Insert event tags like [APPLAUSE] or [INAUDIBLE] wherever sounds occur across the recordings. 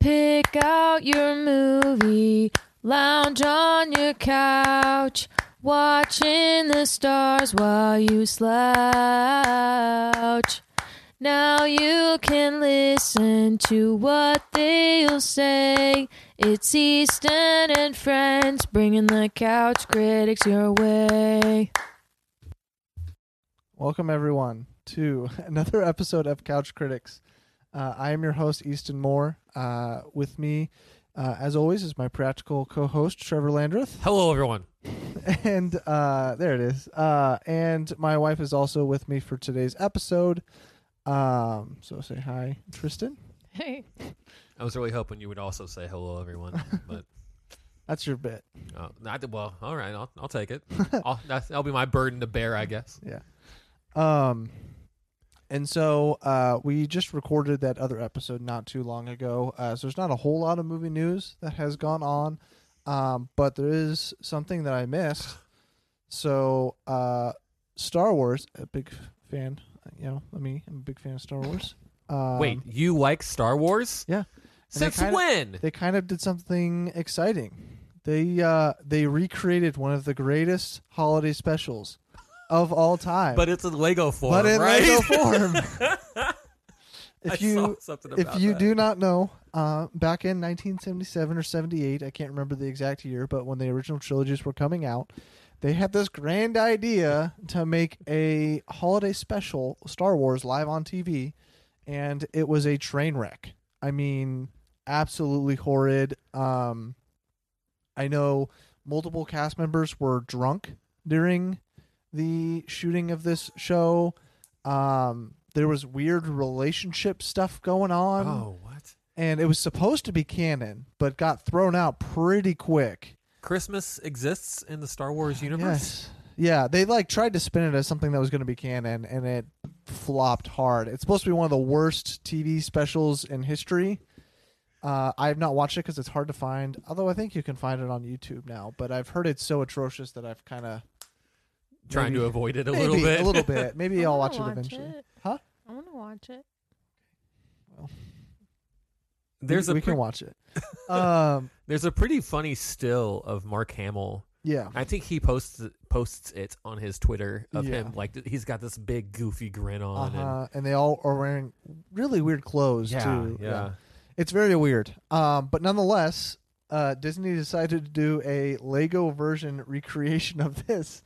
Pick out your movie, lounge on your couch, watching the stars while you slouch. Now you can listen to what they'll say. It's Easton and friends bringing the couch critics your way. Welcome, everyone, to [LAUGHS] another episode of Couch Critics. Uh, I am your host, Easton Moore. Uh, with me, uh, as always, is my practical co host, Trevor Landreth. [LAUGHS] Hello, everyone. And uh, there it is. Uh, and my wife is also with me for today's episode. Um, so say hi, Tristan. Hey. I was really hoping you would also say hello, everyone, [LAUGHS] but That's your bit. uh, I did, well, all right, I'll, I'll take [LAUGHS] it. I'll, that's, that'll be my burden to bear, I guess. Um, and so uh, we just recorded that other episode not too long ago. Uh, so there's not a whole lot of movie news that has gone on, um, but there is something that I missed. So uh, Star Wars, a big fan. You know, me, I'm a big fan of Star Wars. Um, Wait, you like Star Wars? yeah. And they Since kinda- when? they kind of did something exciting. They uh, they recreated one of the greatest holiday specials of all time. But it's a Lego form, but in right? [LAUGHS] Lego form. I if saw you something if about you that. do not know, uh, back in 1977 or 78, I can't remember the exact year, but when the original trilogies were coming out, they had this grand idea to make a holiday special Star Wars live on TV, and it was a train wreck. I mean, absolutely horrid. Um, I know multiple cast members were drunk during the shooting of this show. Um, there was weird relationship stuff going on, oh, what? and it was supposed to be canon, but got thrown out pretty quick. Christmas exists in the Star Wars universe? Yes. Yeah, they like tried to spin it as something that was going to be canon, and it flopped hard. It's supposed to be one of the worst TV specials in history. Uh, I have not watched it because it's hard to find. Although I think you can find it on YouTube now, but I've heard it's so atrocious that I've kind of Trying to Maybe. avoid it a maybe little bit. a little [LAUGHS] bit. Maybe I I'll wanna watch it eventually. Huh? I want to watch it. [LAUGHS] There's we, a we pre- can watch [LAUGHS] it. um, there's a pretty funny still of Mark Hamill yeah, I think he posts posts it on his Twitter of Yeah. him like th- he's got this big goofy grin on. and- uh-huh. and they all are wearing really weird clothes too. yeah, It's very weird. Um, but nonetheless, uh, Disney decided to do a Lego version recreation of this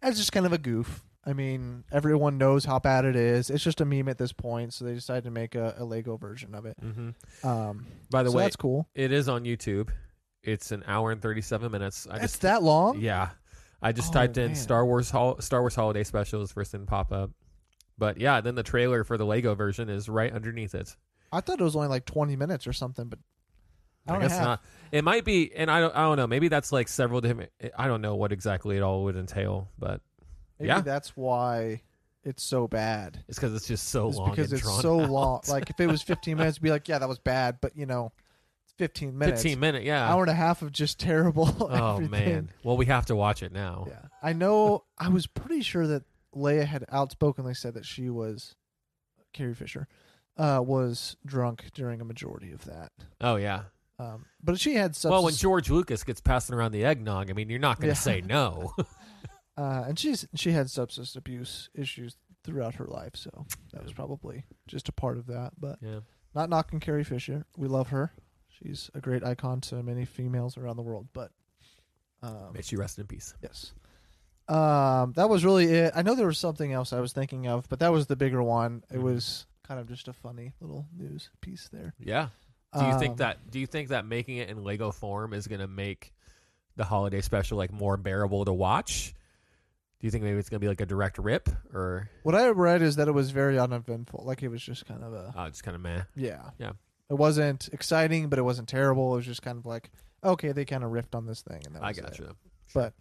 as just kind of a goof. I mean, everyone knows how bad it is. It's just a meme at this point, so they decided to make a, a Lego version of it. hmm Um, By the so way, that's cool. it is on YouTube. It's an hour and thirty seven minutes. I It's just that long. yeah, I just Oh, typed in man. Star Wars hol- Star Wars holiday specials first and pop up. But yeah, then the trailer for the Lego version is right underneath it. I thought it was only like twenty minutes or something, but I I don't guess know. not. It might be, and I don't, I don't know. Maybe that's like several different. I don't know what exactly it all would entail, but Maybe Yeah. that's why it's so bad. it's because it's just so It's long. because and it's [LAUGHS] drawn so out. long. Like if it was 15 minutes, it'd be like, yeah, that was bad, but you know, it's 15 minutes. fifteen minute, yeah. Hour and a half of just terrible. Uh. [LAUGHS] Oh everything. man. Well, we have to watch it now. Yeah, I know. I was pretty sure that Leia had outspokenly said that she was Carrie Fisher uh, was drunk during a majority of that. Oh yeah. Um, but she had substance, Well, when George Lucas gets passing around the eggnog, I mean, you're not Yeah. going to [LAUGHS] say no. uh, and she's she had substance abuse issues throughout her life, so that was probably just a part of that. But yeah. not knocking Carrie Fisher. We love her. She's a great icon to many females around the world. But um, May she rest in peace. yes, um, that was really it. I know there was something else I was thinking of, but that was the bigger one. It Mhm. was kind of just a funny little news piece there. Yeah. Do you Um, think that? Do you think that making it in Lego form is going to make the holiday special like more bearable to watch? Do you think maybe it's going to be like a direct rip or what I read is that it was very uneventful? Like it was just kind of a oh, just kind of meh? yeah, Yeah. It wasn't exciting, but it wasn't terrible. It was just kind of like okay, they kind of riffed on this thing, and that I was it. gotcha. but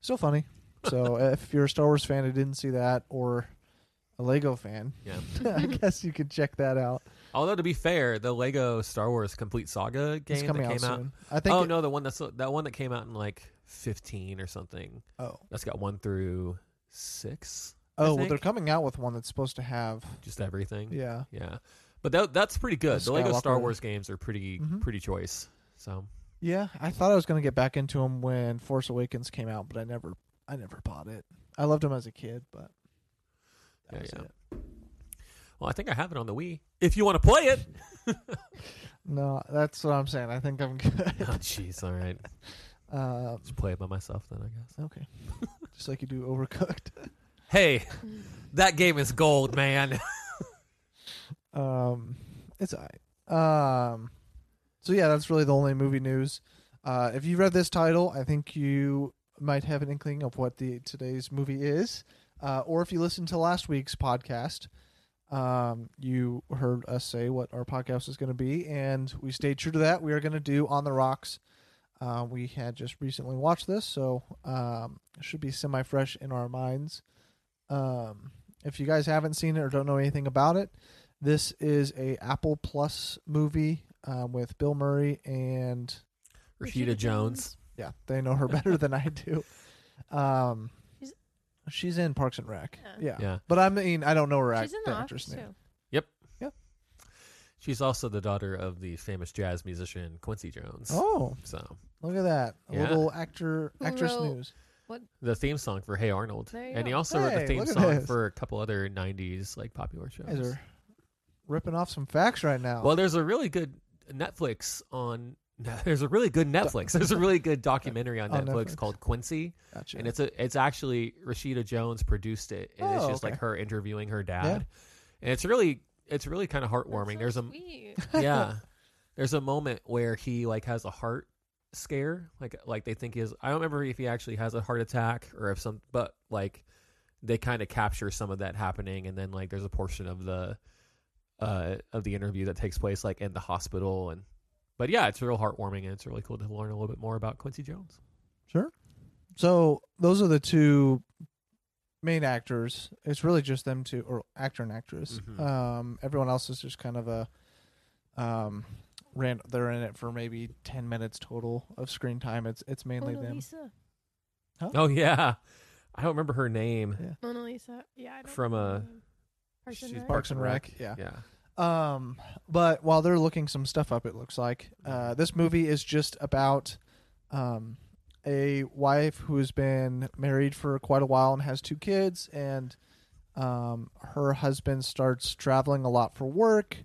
still [LAUGHS] funny. So if you're a Star Wars fan and didn't see that, or a Lego fan, Yeah. [LAUGHS] I guess you could check that out. Although to be fair, the Lego Star Wars Complete Saga game it's coming that out came out. soon. I think. Oh it- no, the one that's that one that came out in like 15 or something. Oh, That's got one through six. oh, well, think- they're coming out with one that's supposed to have. Just everything. Yeah, Yeah. But tha- that's pretty good. The The Lego Star Skywalker. Wars games are pretty Mhm. pretty choice. So Yeah, I thought I was gonna get back into them when Force Awakens came out, but I never, I never bought it. I loved them as a kid, but that Yeah, was yeah. it. well, I think I have it on the Wii. If you want to play it. No, that's what I'm saying. I think I'm [LAUGHS] good. [LAUGHS] oh jeez, all right. Um, Just play it by myself then, I guess. okay, just like you do Overcooked. Hey, that game is gold, man. [LAUGHS] Um, it's alright. Um, so yeah, that's really the only movie news. Uh, if you read this title, I think you might have an inkling of what the today's movie is. Uh, or if you listened to last week's podcast, um, you heard us say what our podcast is going to be, and we stayed true to that. We are going to do On the Rocks. Uh, we had just recently watched this, so um, it should be semi fresh in our minds. Um, if you guys haven't seen it or don't know anything about it, this is a Apple Plus movie um, with Bill Murray and Rashida Jones. yeah, they know her better than I [LAUGHS] do. Um, She's- she's in Parks and Rec. Yeah. Yeah. Yeah. But I mean, I don't know her act, She's in the the actress office name. too. She's also the daughter of the famous jazz musician Quincy Jones. Oh, So look at that! A Yeah. little actor Who actress wrote- news. the theme song for Hey Arnold, There you and he go. also wrote Hey, the theme look at song this. for a couple other '90s like popular shows. You guys are ripping off some facts right now. Well, there's a really good Netflix on. [LAUGHS] There's a really good Netflix. There's a really good documentary on, On Netflix, Netflix. called Quincy, gotcha. and it's a it's actually Rashida Jones produced it, and it's Oh, just like okay. her interviewing her dad, and it's really it's really kind of heartwarming. There's a [LAUGHS] yeah, there's a moment where he like has a heart scare, like like they think he is. I don't remember if he actually has a heart attack or if some, but like they kind of capture some of that happening, and then like there's a portion of the uh of the interview that takes place like in the hospital and. But yeah, it's real heartwarming and it's really cool to learn a little bit more about Quincy Jones. so those are the two main actors. It's really just them two, or actor and actress. Mhm. Um, everyone else is just kind of a um, ran. They're in it for maybe ten minutes total of screen time. It's it's mainly Mona them. Lisa. Oh yeah, I don't remember her name. Mona Lisa. Yeah, I don't From, know uh, her name. Parks and she's Rec? Parks and Rec. Yeah. Yeah, Um, but while they're looking some stuff up, it looks like uh, this movie is just about um, a wife who's been married for quite a while and has two kids, and um, her husband starts traveling a lot for work,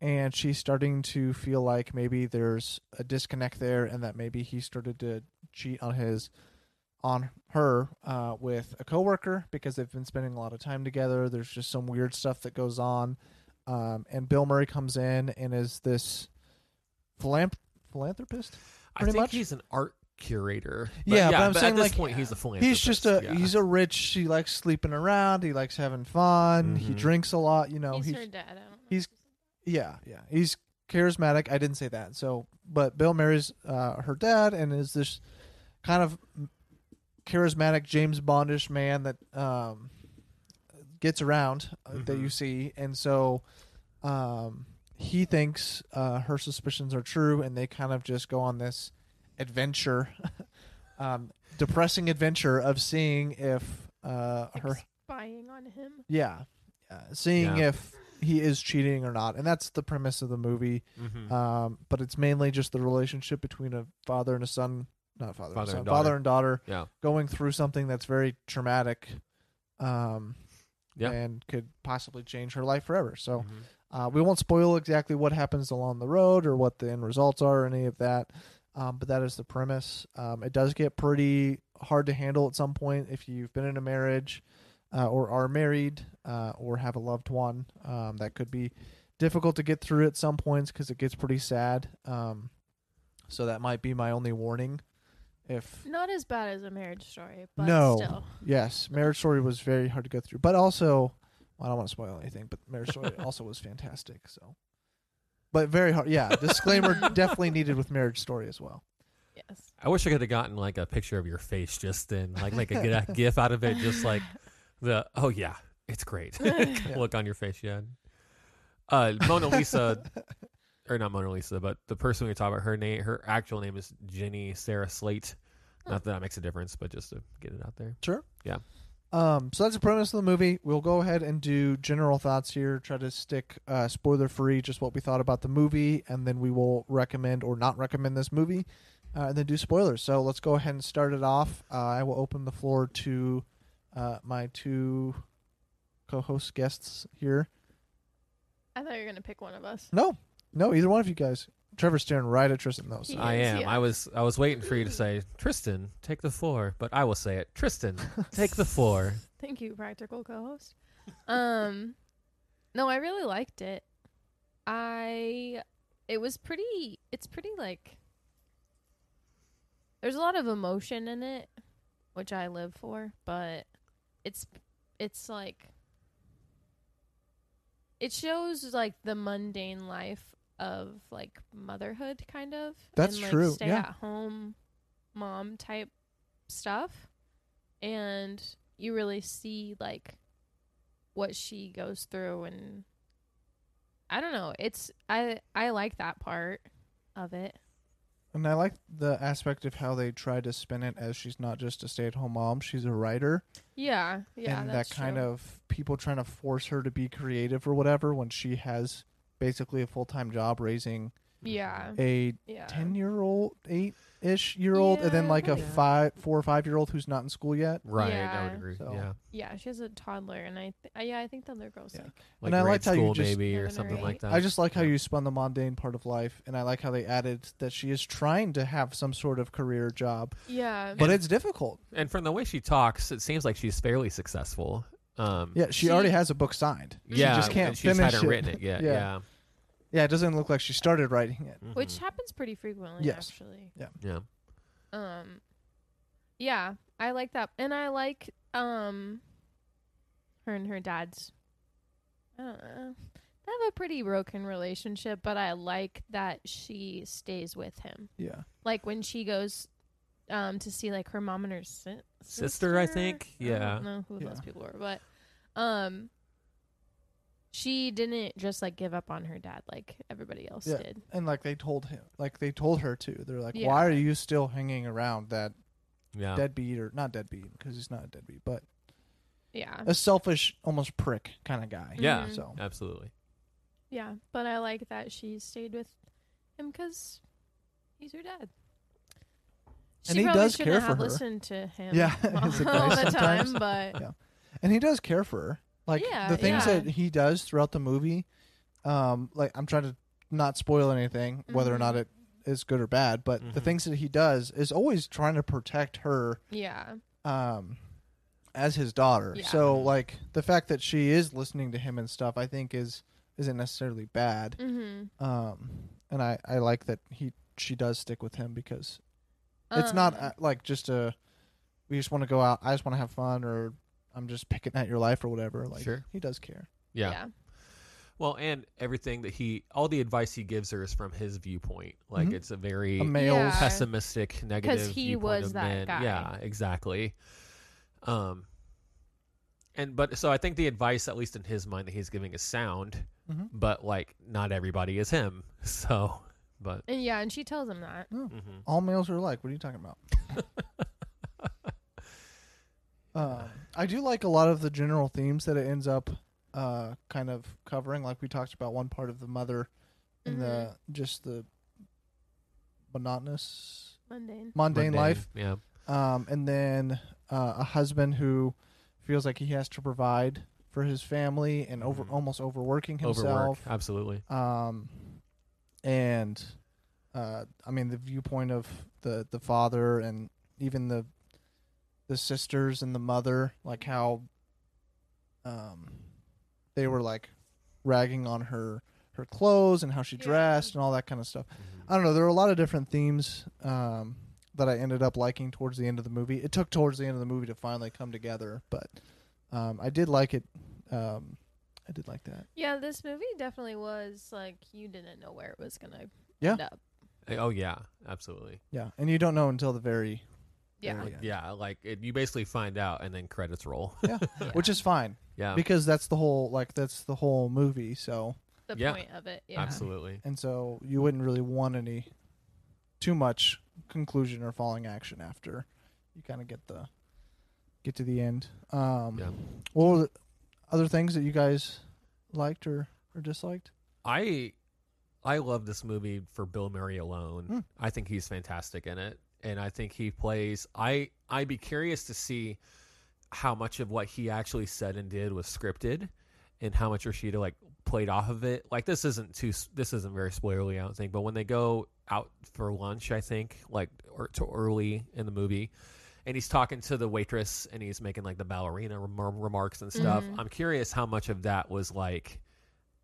and she's starting to feel like maybe there's a disconnect there, and that maybe he started to cheat on his on her uh, with a coworker because they've been spending a lot of time together. There's just some weird stuff that goes on um, and Bill Murray comes in and is this philanthrop- philanthropist. I Pretty think much. he's an art curator. Yeah, but I'm at saying, this like, point he's a He's just a philanthropist, yeah. he's a rich. He likes sleeping around. He likes having fun. He Mhm. drinks a lot. You know. He's he- her dad. I don't know. he's- yeah, yeah. He's charismatic. I didn't say that. So, but Bill Murray's uh, her dad and is this kind of charismatic James Bondish man that um, gets around uh, that Mhm. you see, and so um, he thinks uh, her suspicions are true, and they kind of just go on this adventure, [LAUGHS] um, depressing adventure of seeing if uh, Like her spying on him. yeah, uh, seeing Yeah. if he is cheating or not, and that's the premise of the movie. Mhm. Um, but it's mainly just the relationship between a father and a son, not father, and Father son, and father daughter. and daughter, yeah. going through something that's very traumatic, um, Yeah. and could possibly change her life forever. So Mhm. uh, we won't spoil exactly what happens along the road or what the end results are or any of that. Um, but that is the premise. Um, it does get pretty hard to handle at some point if you've been in a marriage uh, or are married uh, or have a loved one. Um, that could be difficult to get through at some points because it gets pretty sad. Um, so that might be my only warning. If Not as bad as a marriage story, but No. still. Yes, Marriage Story was very hard to go through, but also well, I don't want to spoil anything, but Marriage Story also was fantastic. So, but very hard. Yeah, disclaimer definitely needed with Marriage Story as well. Yes. I wish I could have gotten like a picture of your face just then, like make a good gif out of it, [LAUGHS] just like the oh yeah, [LAUGHS] it's great [LAUGHS] look on your face. Yeah, uh, Mona Lisa, or not Mona Lisa, but the person we talk about, her name, her actual name is Jenny Sarah Slate. Not that that makes a difference, but just to get it out there. Sure. Yeah. Um, so that's the premise of the movie. We'll go ahead and do general thoughts here. Try to stick uh, spoiler free, just what we thought about the movie, and then we will recommend or not recommend this movie, uh, and then do spoilers. So let's go ahead and start it off. Uh, I will open the floor to uh, my two co-host guests here. I thought you were gonna pick one of us. No, no, either one of you guys. Trevor's staring right at Tristan though. So. He I is, am. yeah. I was. I was waiting for you to say, Tristan, take the floor. But I will say it, Tristan, take the floor. Thank you, practical co-host. Um, no, I really liked it. I, it was pretty. It's pretty like. There's a lot of emotion in it, which I live for, but it's it's like it shows like the mundane life of like motherhood kind of That's and, like, true, stay yeah. at home mom type stuff and you really see like what she goes through and i don't know it's i i like that part of it And I like the aspect of how they try to spin it as she's not just a stay-at-home mom; she's a writer. yeah yeah and that's that kind true. of people trying to force her to be creative or whatever when she has basically a full time job raising yeah a Mm-hmm. yeah ten year old, eight ish year old, and then Yeah, like a probably. five, four or five year old who's not in school yet. Right. I Yeah. would agree. So- yeah. yeah she has a toddler and i th- uh, yeah i think the other girl's Yeah. like Like I grade liked how you school just- maybe or Seven or something like eight. that. I just like how Yeah. you spun the mundane part of life, and I like how they added that she is trying to have some sort of career job, yeah but it's difficult. And from the way she talks, it seems like she's fairly successful. Um, Yeah, she, She- already has a book signed. She yeah, just can't and she just finish hadn't it. written it [LAUGHS] yet. Yeah. yeah. Yeah, it doesn't look like she started writing it. Mhm. which happens pretty frequently Yes. actually Mm-hmm. yeah. um yeah i like that and i like um her and her dad's i don't know they have a pretty broken relationship but i like that she stays with him Yeah, like when she goes um to see like her mom and her si- Sister, I think. I Yeah. don't know who Yeah. those people were, but um, she didn't just like give up on her dad like everybody else Yeah. did. and like they told him, like they told her to. They're like, Yeah. "Why are you still hanging around that Yeah. deadbeat or not deadbeat because he's not a deadbeat, but Yeah, a selfish, almost prick kind of guy. Yeah. Mhm. So Absolutely. yeah. But I like that she stayed with him because he's her dad. She And he probably does shouldn't care for have her. listened to him. Yeah, [LAUGHS] all his advice the sometimes. time, but Yeah. and he does care for her. Like Yeah, the things yeah. that he does throughout the movie. Um, like I'm trying to not spoil anything, whether or Mhm. not it is good or bad, but the Mhm. things that he does is always trying to protect her yeah, um as his daughter. Yeah. So like the fact that she is listening to him and stuff, I think is isn't necessarily bad. mm-hmm. Um, and I I like that he she does stick with him because It's not Um, uh, like just a we just want to go out. I just want to have fun, or I'm just picking at your life or whatever. Like Sure. he does care. Yeah. yeah, Well, and everything that he, all the advice he gives her is from his viewpoint. Like Mhm. it's a very A male's Yeah. pessimistic, negative. he viewpoint was of that men. guy. Yeah, exactly. Um, and but so I think the advice, at least in his mind, that he's giving is sound. Mhm. But like, not everybody is him. [LAUGHS] So, but and yeah, and she tells him that. mhm. all males are alike. What are you talking about? Um I do like a lot of the general themes that it ends up uh, kind of covering. Like we talked about one part of the mother and the just the monotonous, Mm-hmm. Mundane. mundane life. Yeah. um, and then uh, a husband who feels like he has to provide for his family and over Mhm. almost overworking Overwork. himself. Absolutely. Um, and uh, I mean the viewpoint of the the father and even the the sisters and the mother, like how um, they were like ragging on her her clothes and how she Yeah. dressed and all that kind of stuff. I don't know. There were a lot of different themes um, that I ended up liking towards the end of the movie. It took towards the end of the movie to finally come together, but um, I did like it. Um, I did like that. Yeah, this movie definitely was like you didn't know where it was gonna Yeah. end up. Oh yeah. Absolutely. Yeah, and you don't know until the very, Yeah. very Like, end, yeah. Like it, you basically find out, and then credits roll. which is fine yeah. because that's the whole like that's the whole movie. So the Yeah. point of it. Yeah. Absolutely. and so you wouldn't really want any too much conclusion or falling action after you kind of get the get to the end. Um, Yeah. What were the other things that you guys liked or, or disliked? I I love this movie for Bill Murray alone. Hmm. I think he's fantastic in it, and I think he plays. I I'd be curious to see how much of what he actually said and did was scripted, and how much Rashida like played off of it. Like this isn't too s- this isn't very spoilerly, I don't think. But when they go out for lunch, I think like or to early in the movie. And he's talking to the waitress, and he's making like the ballerina rem- remarks and stuff. Mhm. I'm curious how much of that was like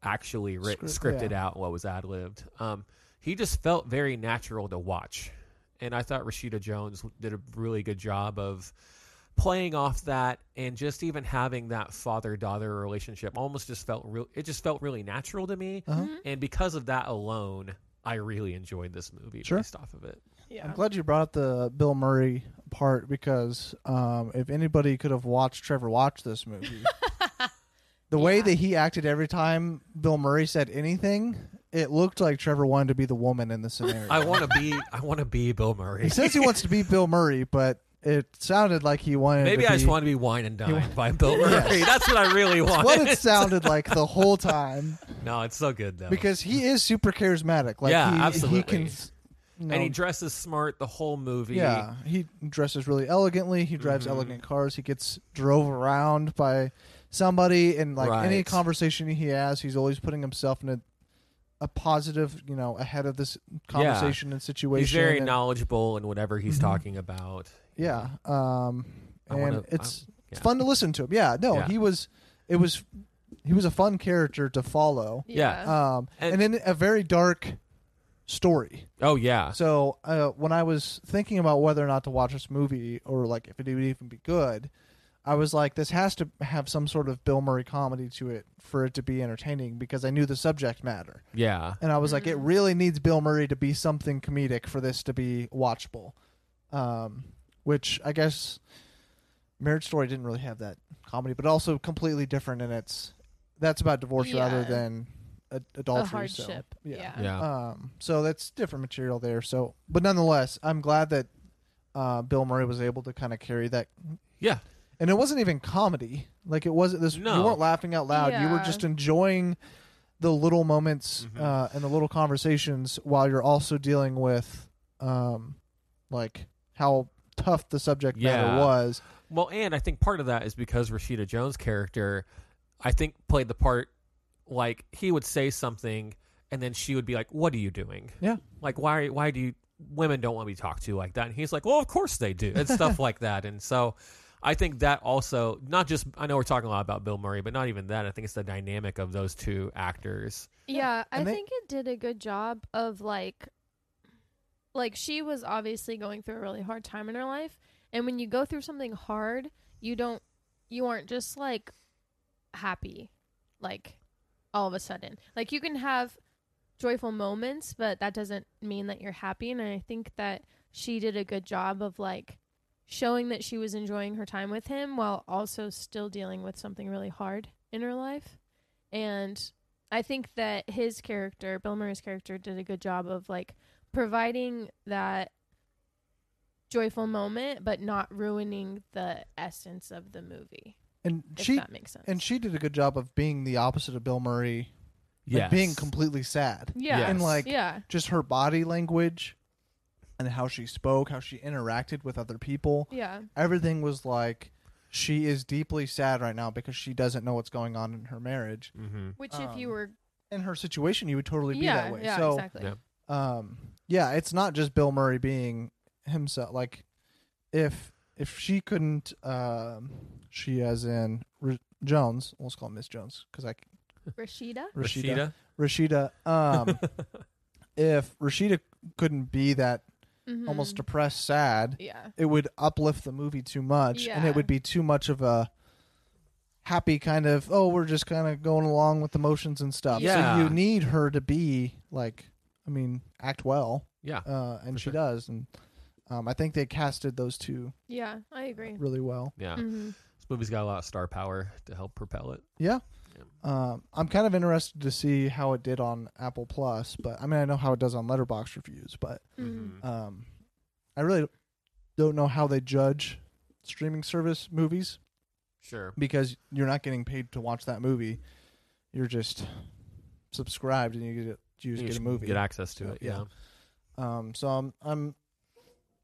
actually writ- Script- scripted yeah. out what was ad libbed. Um, he just felt very natural to watch, and I thought Rashida Jones did a really good job of playing off that and just even having that father daughter relationship. Almost just felt real. It just felt really natural to me, Uh-huh. Mhm. and because of that alone, I really enjoyed this movie Sure. based off of it. Yeah. Uh-huh. I'm glad you brought up the Bill Murray part because um, if anybody could have watched Trevor watch [LAUGHS] this movie, the way Yeah. that he acted every time Bill Murray said anything, it looked like Trevor wanted to be the woman in the scenario. [LAUGHS] I want to be. I want to be Bill Murray. he says he wants to be Bill Murray, but it sounded like he wanted. Maybe to I just be- want to be wine and dine by Bill Murray. That's what I really want. What it sounded like the whole time [LAUGHS] no, it's so good though. because he is super charismatic. Like Yeah, he, He absolutely. can. s- you know, and he dresses smart the whole movie. Yeah, he dresses really elegantly. He drives Mhm. elegant cars. He gets drove around by somebody, and like any Right. conversation he has, he's always putting himself in a a positive, you know, ahead of this conversation and situation. He's very and- knowledgeable in whatever he's Mhm. talking about. Yeah, um, I and wanna- it's yeah. fun to listen to him. Yeah, no, Yeah. he was, it was, he was a fun character to follow, Yeah. um, and, And- in a very dark story. Oh yeah. So uh, when I was thinking about whether or not to watch this movie or like if it would even be good, I was like, this has to have some sort of Bill Murray comedy to it for it to be entertaining because I knew the subject matter, Yeah. and I was like, it Mm. really needs Bill Murray to be something comedic for this to be watchable. Um, which I guess Marriage Story didn't really have that comedy, but also completely different in its. That's about divorce rather Yeah. than ad- a adultery. hardship. So, yeah. yeah. Yeah. Um, so that's different material there. So, but nonetheless, I'm glad that uh, Bill Murray was able to kind of carry that. Yeah. And it wasn't even comedy. Like it wasn't this. You No. weren't laughing out loud. You were Yeah. just enjoying the little moments Mhm. uh, and the little conversations while you're also dealing with, um, like how tough the subject matter Yeah. was. Well, and I think part of that is because Rashida Jones' character, I think, played the part like he would say something, and then she would be like, "What are you doing? Yeah. Like, why? Why do you? Women don't want to be talked to like that." And he's like, "Well, of course they do," and [LAUGHS] stuff like that. And so, I think that also not just I know we're talking a lot about Bill Murray, but not even that. I think it's the dynamic of those two actors. Yeah, I And they- think it did a good job of like like she was obviously going through a really hard time in her life, and when you go through something hard, you don't you aren't just like happy like all of a sudden. Like you can have joyful moments, but that doesn't mean that you're happy, and I think that she did a good job of like showing that she was enjoying her time with him while also still dealing with something really hard in her life. And I think that his character, Bill Murray's character, did a good job of like providing that joyful moment, but not ruining the essence of the movie. And If she that makes sense. and she did a good job of being the opposite of Bill Murray, like Yes. being completely sad. yeah, Yes. And like yeah, just her body language and how she spoke, how she interacted with other people. yeah, Everything was like she is deeply sad right now because she doesn't know what's going on in her marriage. Mm-hmm. which if Um, you were, In her situation, you would totally be yeah, that way. yeah, so, exactly. Yeah. um, yeah, it's not just Bill Murray being himself. Like, if if she couldn't, um, she as in R- Jones, let's call her Miss Jones because I c- [LAUGHS] Rashida, Rashida. Rashida. Um, if Rashida couldn't be that Mhm. almost depressed, sad, yeah, it would uplift the movie too much, and Yeah. it would be too much of a happy kind of. Oh, we're just kind of going along with the motions and stuff. Yeah. So you need her to be like, I mean, act well, Yeah. uh, and For she sure. does. And um, I think they casted those two yeah, I agree. really well. Yeah. Mm-hmm. This movie's got a lot of star power to help propel it. Yeah. Yeah. Um, I'm kind of interested to see how it did on Apple Plus, but I mean, I know how it does on Letterbox reviews, but Mm-hmm. um, I really don't know how they judge streaming service movies Sure. because you're not getting paid to watch that movie. You're just subscribed and you get you just You get a should movie. Get access to So, it. yeah. Yeah. Um, so I'm I'm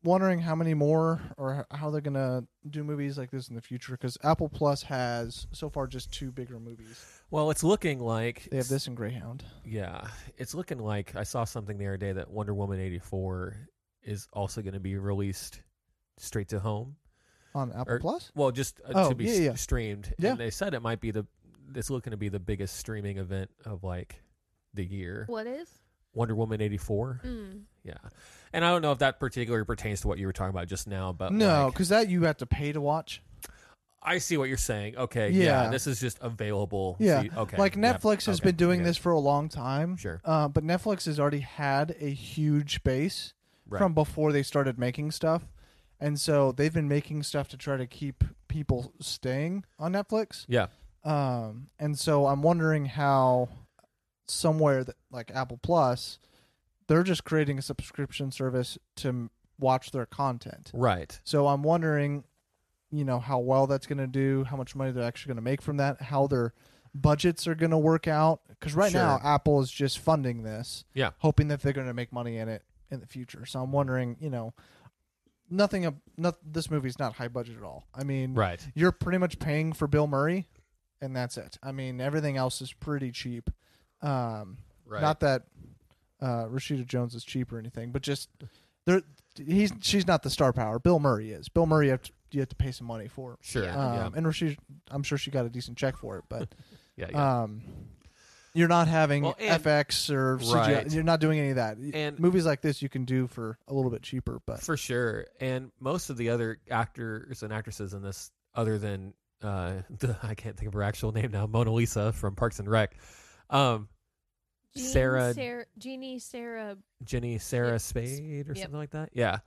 wondering how many more or h- how they're gonna do movies like this in the future because Apple Plus has so far just two bigger movies. Well, it's looking like They have this and Greyhound. Yeah, it's looking like I saw something the other day that Wonder Woman eighty four is also going to be released straight to home. on Apple Or- Plus. Well, just uh, Oh, to be yeah, s- yeah. streamed. Yeah. And they said it might be the it's looking to be the biggest streaming event of like the year. What is? Wonder Woman eighty four. Mm. Yeah, and I don't know if that particularly pertains to what you were talking about just now, but No, uh, like, because that you have to pay to watch. I see what you're saying. Okay, yeah, Yeah. this is just available. so Yeah, you- okay, like yeah, Netflix has okay, been doing okay, this for a long time. Sure. Uh, but Netflix has already had a huge base Right. from before they started making stuff, and so they've been making stuff to try to keep people staying on Netflix. Yeah, Um, and so I'm wondering how somewhere that like Apple Plus, they're just creating a subscription service to m- watch their content. right. So I'm wondering, you know, how well that's going to do, how much money they're actually going to make from that, how their budgets are going to work out. Because right now, Sure. Apple is just funding this, Yeah. hoping that they're going to make money in it in the future. So I'm wondering, you know, nothing. ab- Not this movie's not high budget at all. I mean, Right. you're pretty much paying for Bill Murray, and that's it. I mean, everything else is pretty cheap. Um, Right. not that uh, Rashida Jones is cheap or anything, but just there, he's she's not the star power. Bill Murray is. Bill Murray, you have to, you have to pay some money for. sure. Yeah. Um, yeah. And Rashida, I'm sure she got a decent check for it, but yeah. [LAUGHS] Yeah. um, you're not having Well, and- FX or CGI. Right. You're not doing any of that. And- movies like this you can do for a little bit cheaper, but For sure. And most of the other actors and actresses in this, other than uh, [LAUGHS] the, I can't think of her actual name now, Mona Lisa from Parks and Rec, um, Jean Sarah- Sarah. Jeannie Sarah. Jenny Sarah Yep. Spade or Yep. something like that. Yeah.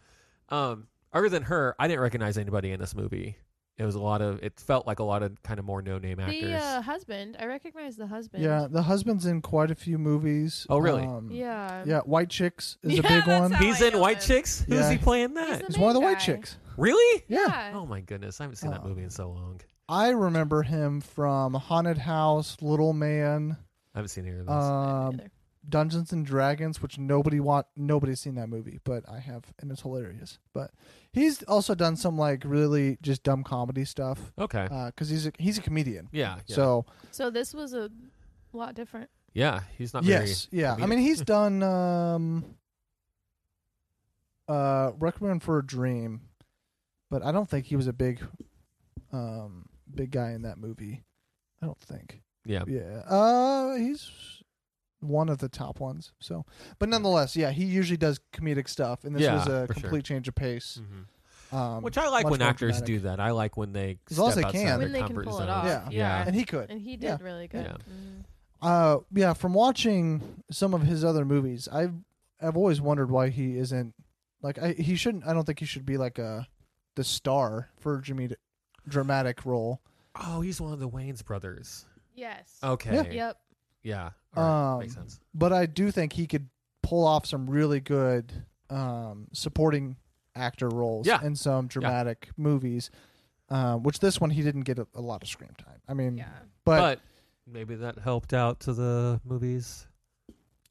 Um, other than her, I didn't recognize anybody in this movie. It was a lot of, it felt like a lot of kind of more no name actors. The uh, husband. I recognize the husband. yeah, the husband's in quite a few movies. Oh, really? Um, Yeah. yeah, White Chicks is Yeah, a big that's one. how- He's I in know White him. Chicks? Who's Yeah. he playing He's that? the It's one of the main White guy. Chicks. Really? Yeah. Oh my goodness. I haven't seen that Uh, Um, movie in so long. I remember him from Haunted House, Little Man, I haven't seen any of those. um, Either. Dungeons and Dragons, which nobody want nobody's seen that movie, but I have, and it's hilarious. But he's also done some like really just dumb comedy stuff okay. because he's a, he's a comedian. yeah. Yeah. uh, So So this was a lot different. yeah. He's not very. yes, yeah. I comedic. mean, he's [LAUGHS] done um, uh, Requiem for a Dream, but I don't think he was a big, um, big guy in that movie. I don't think. Yeah. Yeah. Uh he's one of the top ones. So but nonetheless, yeah, he usually does comedic stuff and this Hmm. Yeah, was a for sure. complete change of pace. hmm Mm-hmm. Um Which I like much when more actors dramatic. do that. I like when they As long as step they outside can. their When they can comfort pull zone. it off. Yeah. Yeah. and he could. And he did Yeah. really good. Yeah. Mm. Uh yeah, from watching some of his other movies, I've I've always wondered why he isn't like I he shouldn't I don't think he should be like a the star for a dramatic dramatic role. Oh, he's one of the Wayne's brothers. Yes. Oh, Okay. Yeah. Yep. Yeah. All right. Makes Um, sense. But I do think he could pull off some really good um supporting actor roles Yeah. in some dramatic movies. Uh, which this one he didn't get a, a lot of screen time. I mean, Yeah. but, But, maybe that helped out to the movies.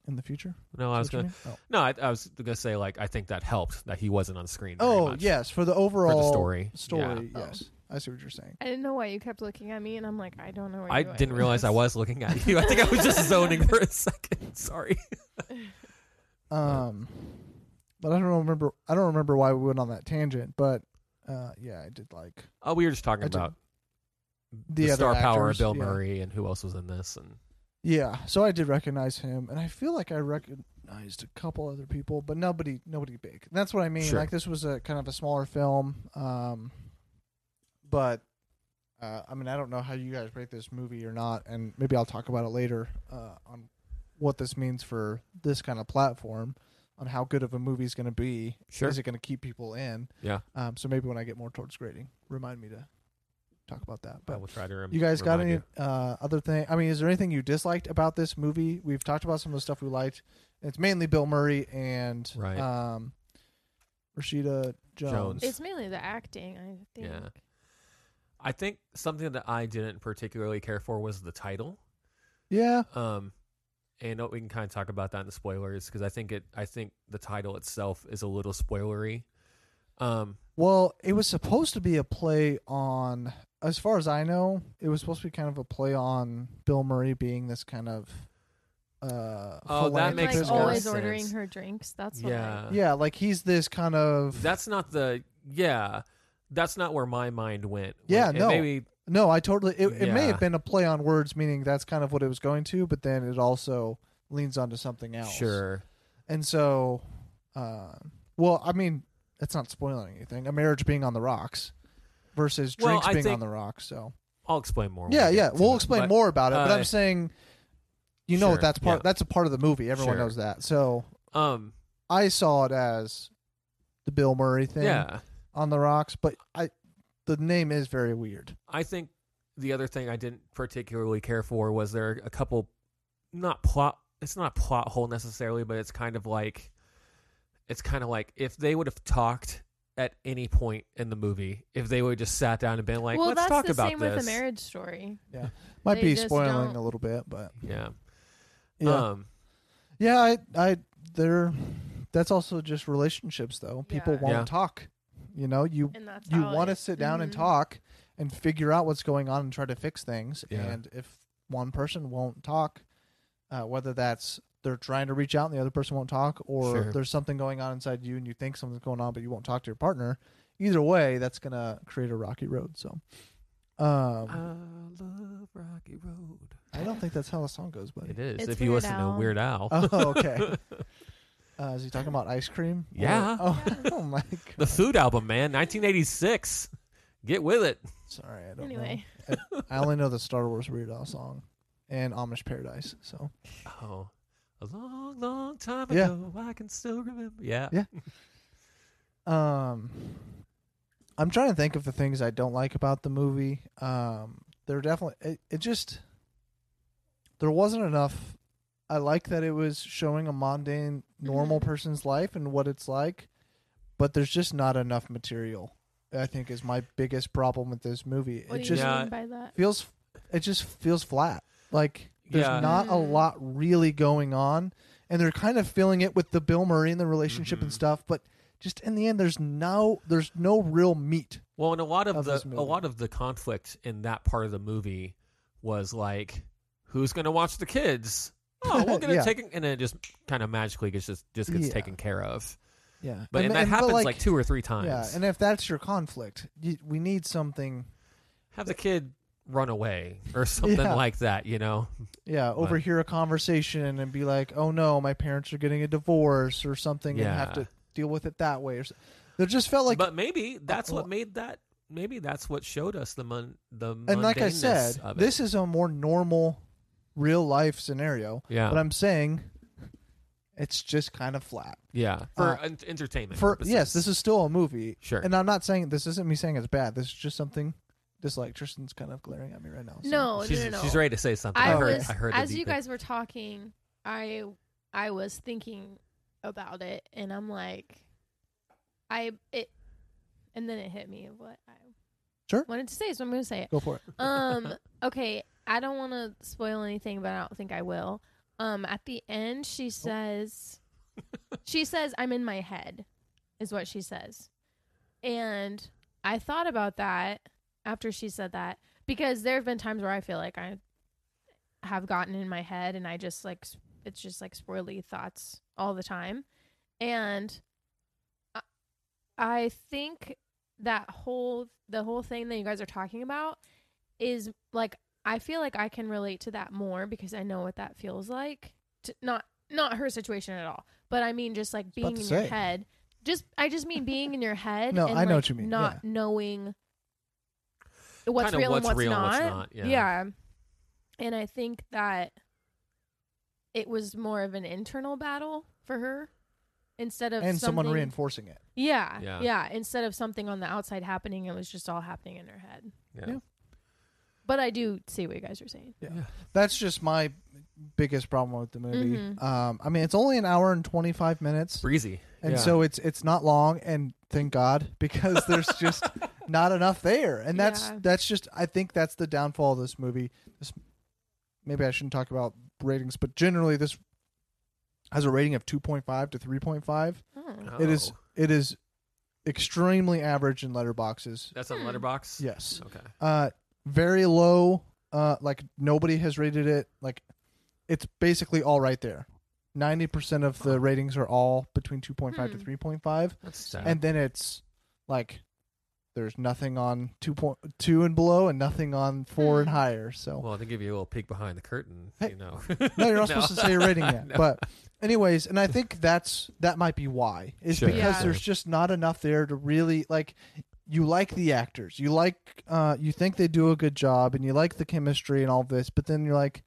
in the future, No, I was Is that gonna. Oh, what you mean? No, I, I was gonna say like I think that helped that he wasn't on screen. very Oh, oh much yes, for the For overall the story. Yeah. Oh. Story, Yeah. yes, I see what you're saying. I didn't know why you kept looking at me, and I'm like, I don't know. Where I you are didn't with realize I this. was looking at you. I think I was [LAUGHS] just zoning for a second. [LAUGHS] Sorry. Um, but I don't remember. I don't remember why we went on that tangent. But uh, yeah, I did like Oh, we were just talking I did- about the, other star power of actors, Bill yeah. Murray and who else was in this. And Yeah, so I did recognize him, and I feel like I recognized a couple other people, but nobody, nobody big. And that's what I mean. Sure. Like this was a kind of a smaller film, um, but uh, I mean, I don't know how you guys rate this movie or not, and maybe I'll talk about it later uh, on what this means for this kind of platform, on how good of a movie is going to be. Sure. Is it going to keep people in? Yeah. Um, so maybe when I get more towards grading, remind me to talk about that. I But will try to. Rem- you guys got remind any you. uh, other thing? I mean, is there anything you disliked about this movie? We've uh, talked about some of the stuff we liked. It's mainly Bill Murray and Right. um, Rashida Jones. Jones. It's mainly the acting, I think. Yeah. I think something that I didn't particularly care for was the title. Yeah, Um, and we can kind of talk about that in the spoilers because I think it. I think the title itself is a little spoilery. Um, Well, it was supposed to be a play on, as far as I know, it was supposed to be kind of a play on Bill Murray being this kind of. Uh, Oh, that And, makes like philanthropist more always guy. sense. ordering her drinks. That's what I, yeah, Yeah, like he's this kind of. That's not the. Yeah, that's not where my mind went. Yeah, When- and no. Maybe no, I totally. It, it may Yeah. have been a play on words, meaning that's kind of what it was going to, but then it also leans onto something else. sure. And so, uh, well, I mean, it's not spoiling anything. A marriage being on the rocks versus Well, drinks I being think- on the rocks. So. I'll explain more. when Yeah, we yeah. get to We'll it, explain but- more about it, but I'm uh, saying you know sure, that's part yeah. that's a part of the movie. Everyone Sure. knows that. So Um. I saw it as the Bill Murray thing Yeah. on the rocks, but I the name is very weird. I think the other thing I didn't particularly care for was there are a couple, not plot. It's not a plot hole necessarily, but it's kind of like, it's kind of like if they would have talked at any point in the movie, if they would have just sat down and been like, well, let's that's talk the about same this. with the marriage story. Might They be just spoiling don't- a little bit, but yeah. yeah. Um. yeah, I I there that's also just relationships though. People Yeah. won't Yeah. talk. You know, you And that's you how want to it- sit down and mhm. talk and figure out what's going on and try to fix things. Yeah. And if one person won't talk, uh, whether that's they're trying to reach out and the other person won't talk, or Sure. there's something going on inside you and you think something's going on but you won't talk to your partner, either way, that's gonna create a rocky road. So, I Uh, um, love Rocky Road. I don't think that's how the song goes, but It is. It's if you Weird listen Al. to Weird Al, [LAUGHS] oh, okay. Uh, is he talking about ice cream? Or- Yeah. [LAUGHS] oh, oh my the god. Food album, man, 1986. Get with it. Sorry, I don't know. Anyway, I only know the Star Wars Weird Al song and Amish Paradise. So Oh, a long, long time Yeah. ago, I can still remember. Yeah. Yeah. um I'm trying to think of the things I don't like about the movie. Um there definitely it, it just there wasn't enough I like that it was showing a mundane normal Mhm. person's life and what it's like, but there's just not enough material. I think is my biggest problem with this movie. what it do just you Yeah. mean by that? feels it just feels flat. Like there's Yeah. not a Mm. lot really going on, and they're kind of filling it with the Bill Murray and the relationship and Mhm. stuff. But just in the end, there's no there's no real meat. Well, and a lot of, of the this a movie. lot of the conflict in that part of the movie was like, who's going to watch the kids? Oh, [LAUGHS] we're going to Yeah. take, and then it just kind of magically gets just just gets Yeah. taken care of. Yeah, But and, that happens like, two or three yeah, times. and if that's your conflict, you, we need something. Have the kid run away [LAUGHS] or something Yeah. like that. You know. Yeah, overhear a conversation and be like, "Oh no, my parents are getting a divorce" or something, and have Yeah. to deal with it that way. Or so. they just felt like but maybe that's uh, what made that. Maybe that's what showed us the mun the and like I mundaneness said, of it. this is a more normal, real life scenario. yeah But I'm saying it's just kind of flat. yeah for uh, en- entertainment For purposes. yes, this is still a movie. Sure. And I'm not saying this isn't me saying it's bad. This is just something dislike Tristan's kind of glaring at me right now. so- No, she's, no, no, no. she's ready to say something. I I heard. was I heard. the as you beeping. guys were talking, I I was thinking about it, and I'm like, I it, and then it hit me of what I Sure. wanted to say, so I'm going to say it. Go for it. Um, okay, I don't want to spoil anything, but I don't think I will. Um, at the end, she says, she says, "I'm in my head," is what she says, and I thought about that after she said that because there have been times where I feel like I have gotten in my head and I just like s- it's just like swirly thoughts all the time. And I, I think that whole the whole thing that you guys are talking about is like I feel like I can relate to that more because I know what that feels like. To, not not her situation at all, but I mean just like about being to in your say. head. Just I just mean being in your head. No, and, I know like, what you mean, Not yeah. knowing what's Kinda real what's and what's real and not. what's not, yeah. And I think that it was more of an internal battle for her instead of And someone something- reinforcing it. Yeah, Yeah. yeah. Instead of something on the outside happening, it was just all happening in her head. Yeah. But I do see what you guys are saying. That's just my biggest problem with the movie. Mhm. Um, I mean, it's only an hour and 25 minutes. breezy. and Yeah. so it's it's not long and thank god [LAUGHS] because there's just not enough there and that's Yeah. that's just i think that's the downfall of this movie this maybe i shouldn't talk about ratings but generally this has a rating of 2.5 to 3.5 Oh. it is Oh, it is extremely average in letterboxes That's on Hmm. Letterbox. yes Okay. uh very low uh like nobody has rated it like it's basically all right there 90% of the ratings are all between 2.5 to Hmm. 3.5 That's sad. and then it's like there's nothing on 2.2 and below and nothing on 4 and Hmm. higher so well, to give you a little peek behind the curtain, Hey. you know. [LAUGHS] no you're not supposed to say your rating yet No. but anyways and i think that's that might be why is Sure. because Yeah. there's just not enough there to really like you like the actors you like uh you think they do a good job and you like the chemistry and all this but then you're like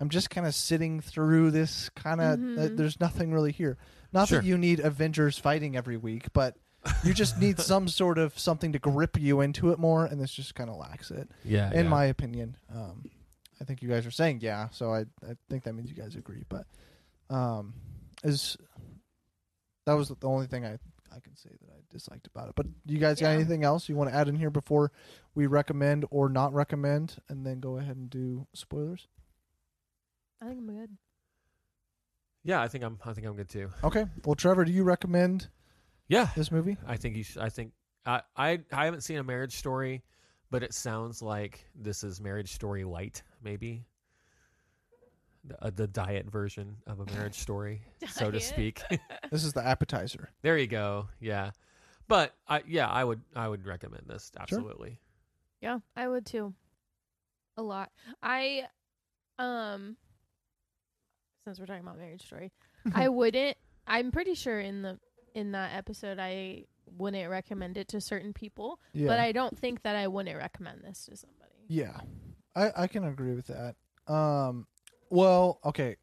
i'm just kind of sitting through this kind of uh, Mhm. there's nothing really here not Sure. that you need avengers fighting every week but you just [LAUGHS] need some sort of something to grip you into it more and this just kind of lacks it yeah. in Uh, yeah. my opinion. Um, I think you guys are saying yeah, so I, I think that means you guys agree. But um, is that was the only thing I I can say that I disliked about it. But you guys got Yeah. anything else you want to add in here before we recommend or not recommend, and then go ahead and do spoilers? I think I'm good. Yeah, I think I'm. I think I'm good too. Okay. Well, Trevor, do you recommend Yeah, this movie? I think you. Should, I think I, I. I haven't seen a Marriage Story, but it sounds like this is Marriage Story light, maybe. The, uh, the diet version of a Marriage Story, so to Diet? speak. [LAUGHS] This is the appetizer. there you go. Yeah, but I. Yeah, I would. I would recommend this absolutely. Yeah, I would too. A lot. I um since we're talking about marriage [LAUGHS] story, I wouldn't I'm pretty sure in the in that episode I wouldn't recommend it to certain people, Yeah. but I don't think that I wouldn't recommend this to somebody. Yeah, I I can agree with that. Um, well, okay,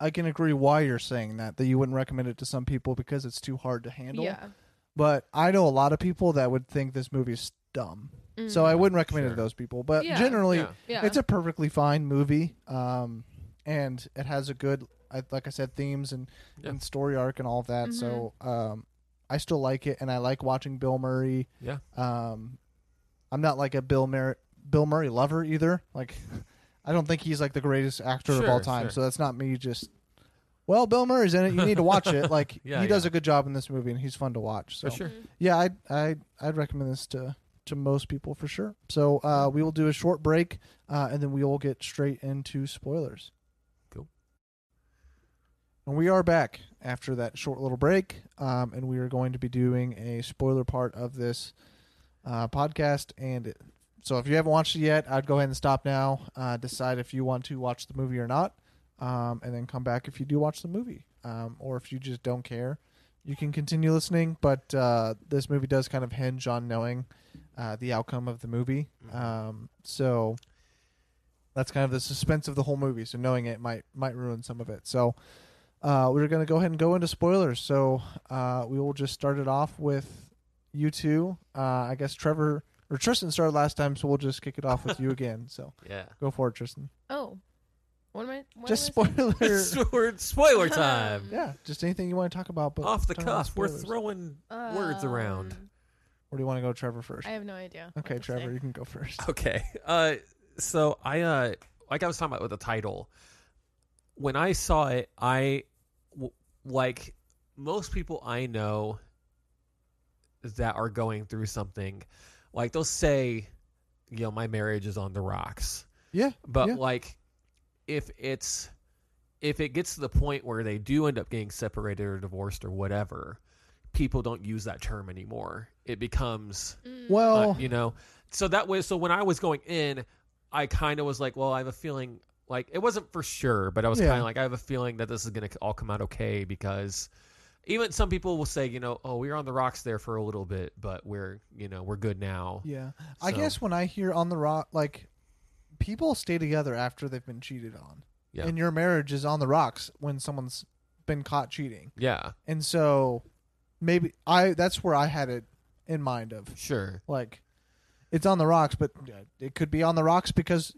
I can agree why you're saying that that you wouldn't recommend it to some people because it's too hard to handle. Yeah. But I know a lot of people that would think this movie's dumb, so Mm. I wouldn't recommend it Sure. to those people. But Yeah. generally, Yeah. yeah. it's a perfectly fine movie. Um, and it has a good, I, like I said, themes and, Yeah. and story arc and all of that. So, um, I still like it, and I like watching Bill Murray. Yeah. Um, I'm not like a Bill Murray Bill Murray lover either. Like, I don't think he's like the greatest actor of all Sure, time. sure. So that's not me just. Well, Bill Murray's in it. You need to watch [LAUGHS] it. Like Yeah, he does yeah. a good job in this movie, and he's fun to watch. So For Mm-hmm. sure. yeah, I'd, I'd, I'd recommend this to, to most people for sure. So uh, we will do a short break uh, and then we will get straight into spoilers. Cool. And we are back after that short little break. Um, and we are going to be doing a spoiler part of this uh, podcast. And it, so if you haven't watched it yet, I'd go ahead and stop now, uh, decide if you want to watch the movie or not, um, and then come back if you do watch the movie. Um, or if you just don't care you can continue listening, but uh, this movie does kind of hinge on knowing uh, the outcome of the movie. Um, so that's kind of the suspense of the whole movie. So knowing it might might ruin some of it. So uh, we're going to go ahead and go into spoilers. So uh, we will just start it off with you two. Uh, I guess Trevor or Tristan started last time, so we'll just kick it off with [LAUGHS] you again. So Yeah. go for it, Tristan. Oh. What am I what just am I saying? [LAUGHS] spoiler. Spoiler- spoiler time. yeah, just anything you want to talk about. [LAUGHS] But Off the talk about cuff, we're spoilers. throwing words around. Um, Or do you want to go, Trevor first? I have no idea. what Okay, to say. Trevor, you can go [LAUGHS] first. Okay. Uh, so I uh, like I was talking about with the title. When I saw it, I w- like most people I know that are going through something, like they'll say, you know, my marriage is on the rocks. Yeah, But yeah. like, if it's if it gets to the point where they do end up getting separated or divorced or whatever, people don't use that term anymore. It becomes Mm. [LAUGHS] Well, uh, you know so that way so when i was going in i kind of was like well i have a feeling like it wasn't for sure but i was Yeah. kind of like i have a feeling that this is going to all come out okay because even some people will say you know oh we were on the rocks there for a little bit but we're you know we're good now yeah. I So- guess when I hear on the rock, like people stay together after they've been cheated on, Yeah. and your marriage is on the rocks when someone's been caught cheating, yeah and so maybe I that's where I had it in mind of sure like it's on the rocks, but it could be on the rocks because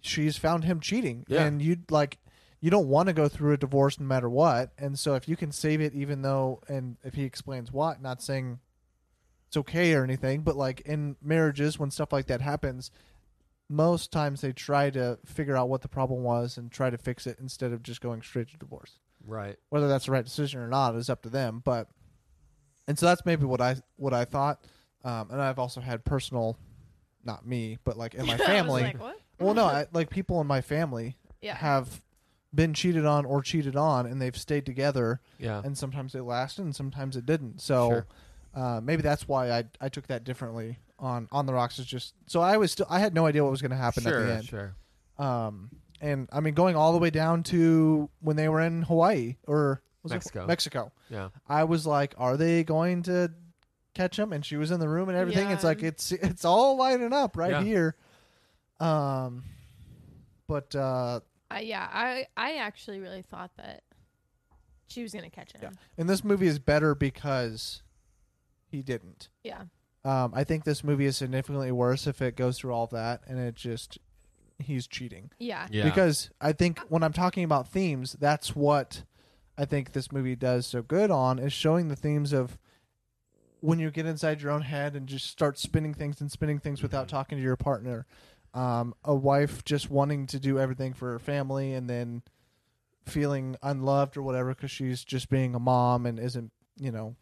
she's found him cheating, Yeah. and you'd like you don't want to go through a divorce no matter what. And so if you can save it, even though, and if he explains what, not saying it's okay or anything, but like in marriages, when stuff like that happens, most times they try to figure out what the problem was and try to fix it instead of just going straight to divorce. Right. Whether that's the right decision or not is up to them. But and so that's maybe what I what I thought. Um, and I've also had personal, not me, but [LAUGHS] like in my family. like, what? well, no, I, like people in my family Yeah. have been cheated on or cheated on and they've stayed together Yeah. and sometimes it lasted and sometimes it didn't so Sure. uh, maybe that's why I, I took that differently on on the rocks is just so i was still i had no idea what was going to happen sure. at the end Sure. um and i mean going all the way down to when they were in hawaii or was it- Mexico. mexico Yeah. i was like are they going to catch him and she was in the room and everything Yeah. it's like it's it's all lining up right Yeah. here um but uh I, yeah, I I actually really thought that she was gonna catch him. Yeah. And this movie is better because he didn't. Yeah. Um, I think this movie is significantly worse if it goes through all that and it just he's cheating. Yeah. Yeah. Because I think when I'm talking about themes, that's what I think this movie does so good on is showing the themes of when you get inside your own head and just start spinning things and spinning things without talking to your partner. Um, a wife just wanting to do everything for her family and then feeling unloved or whatever because she's just being a mom and isn't, you know,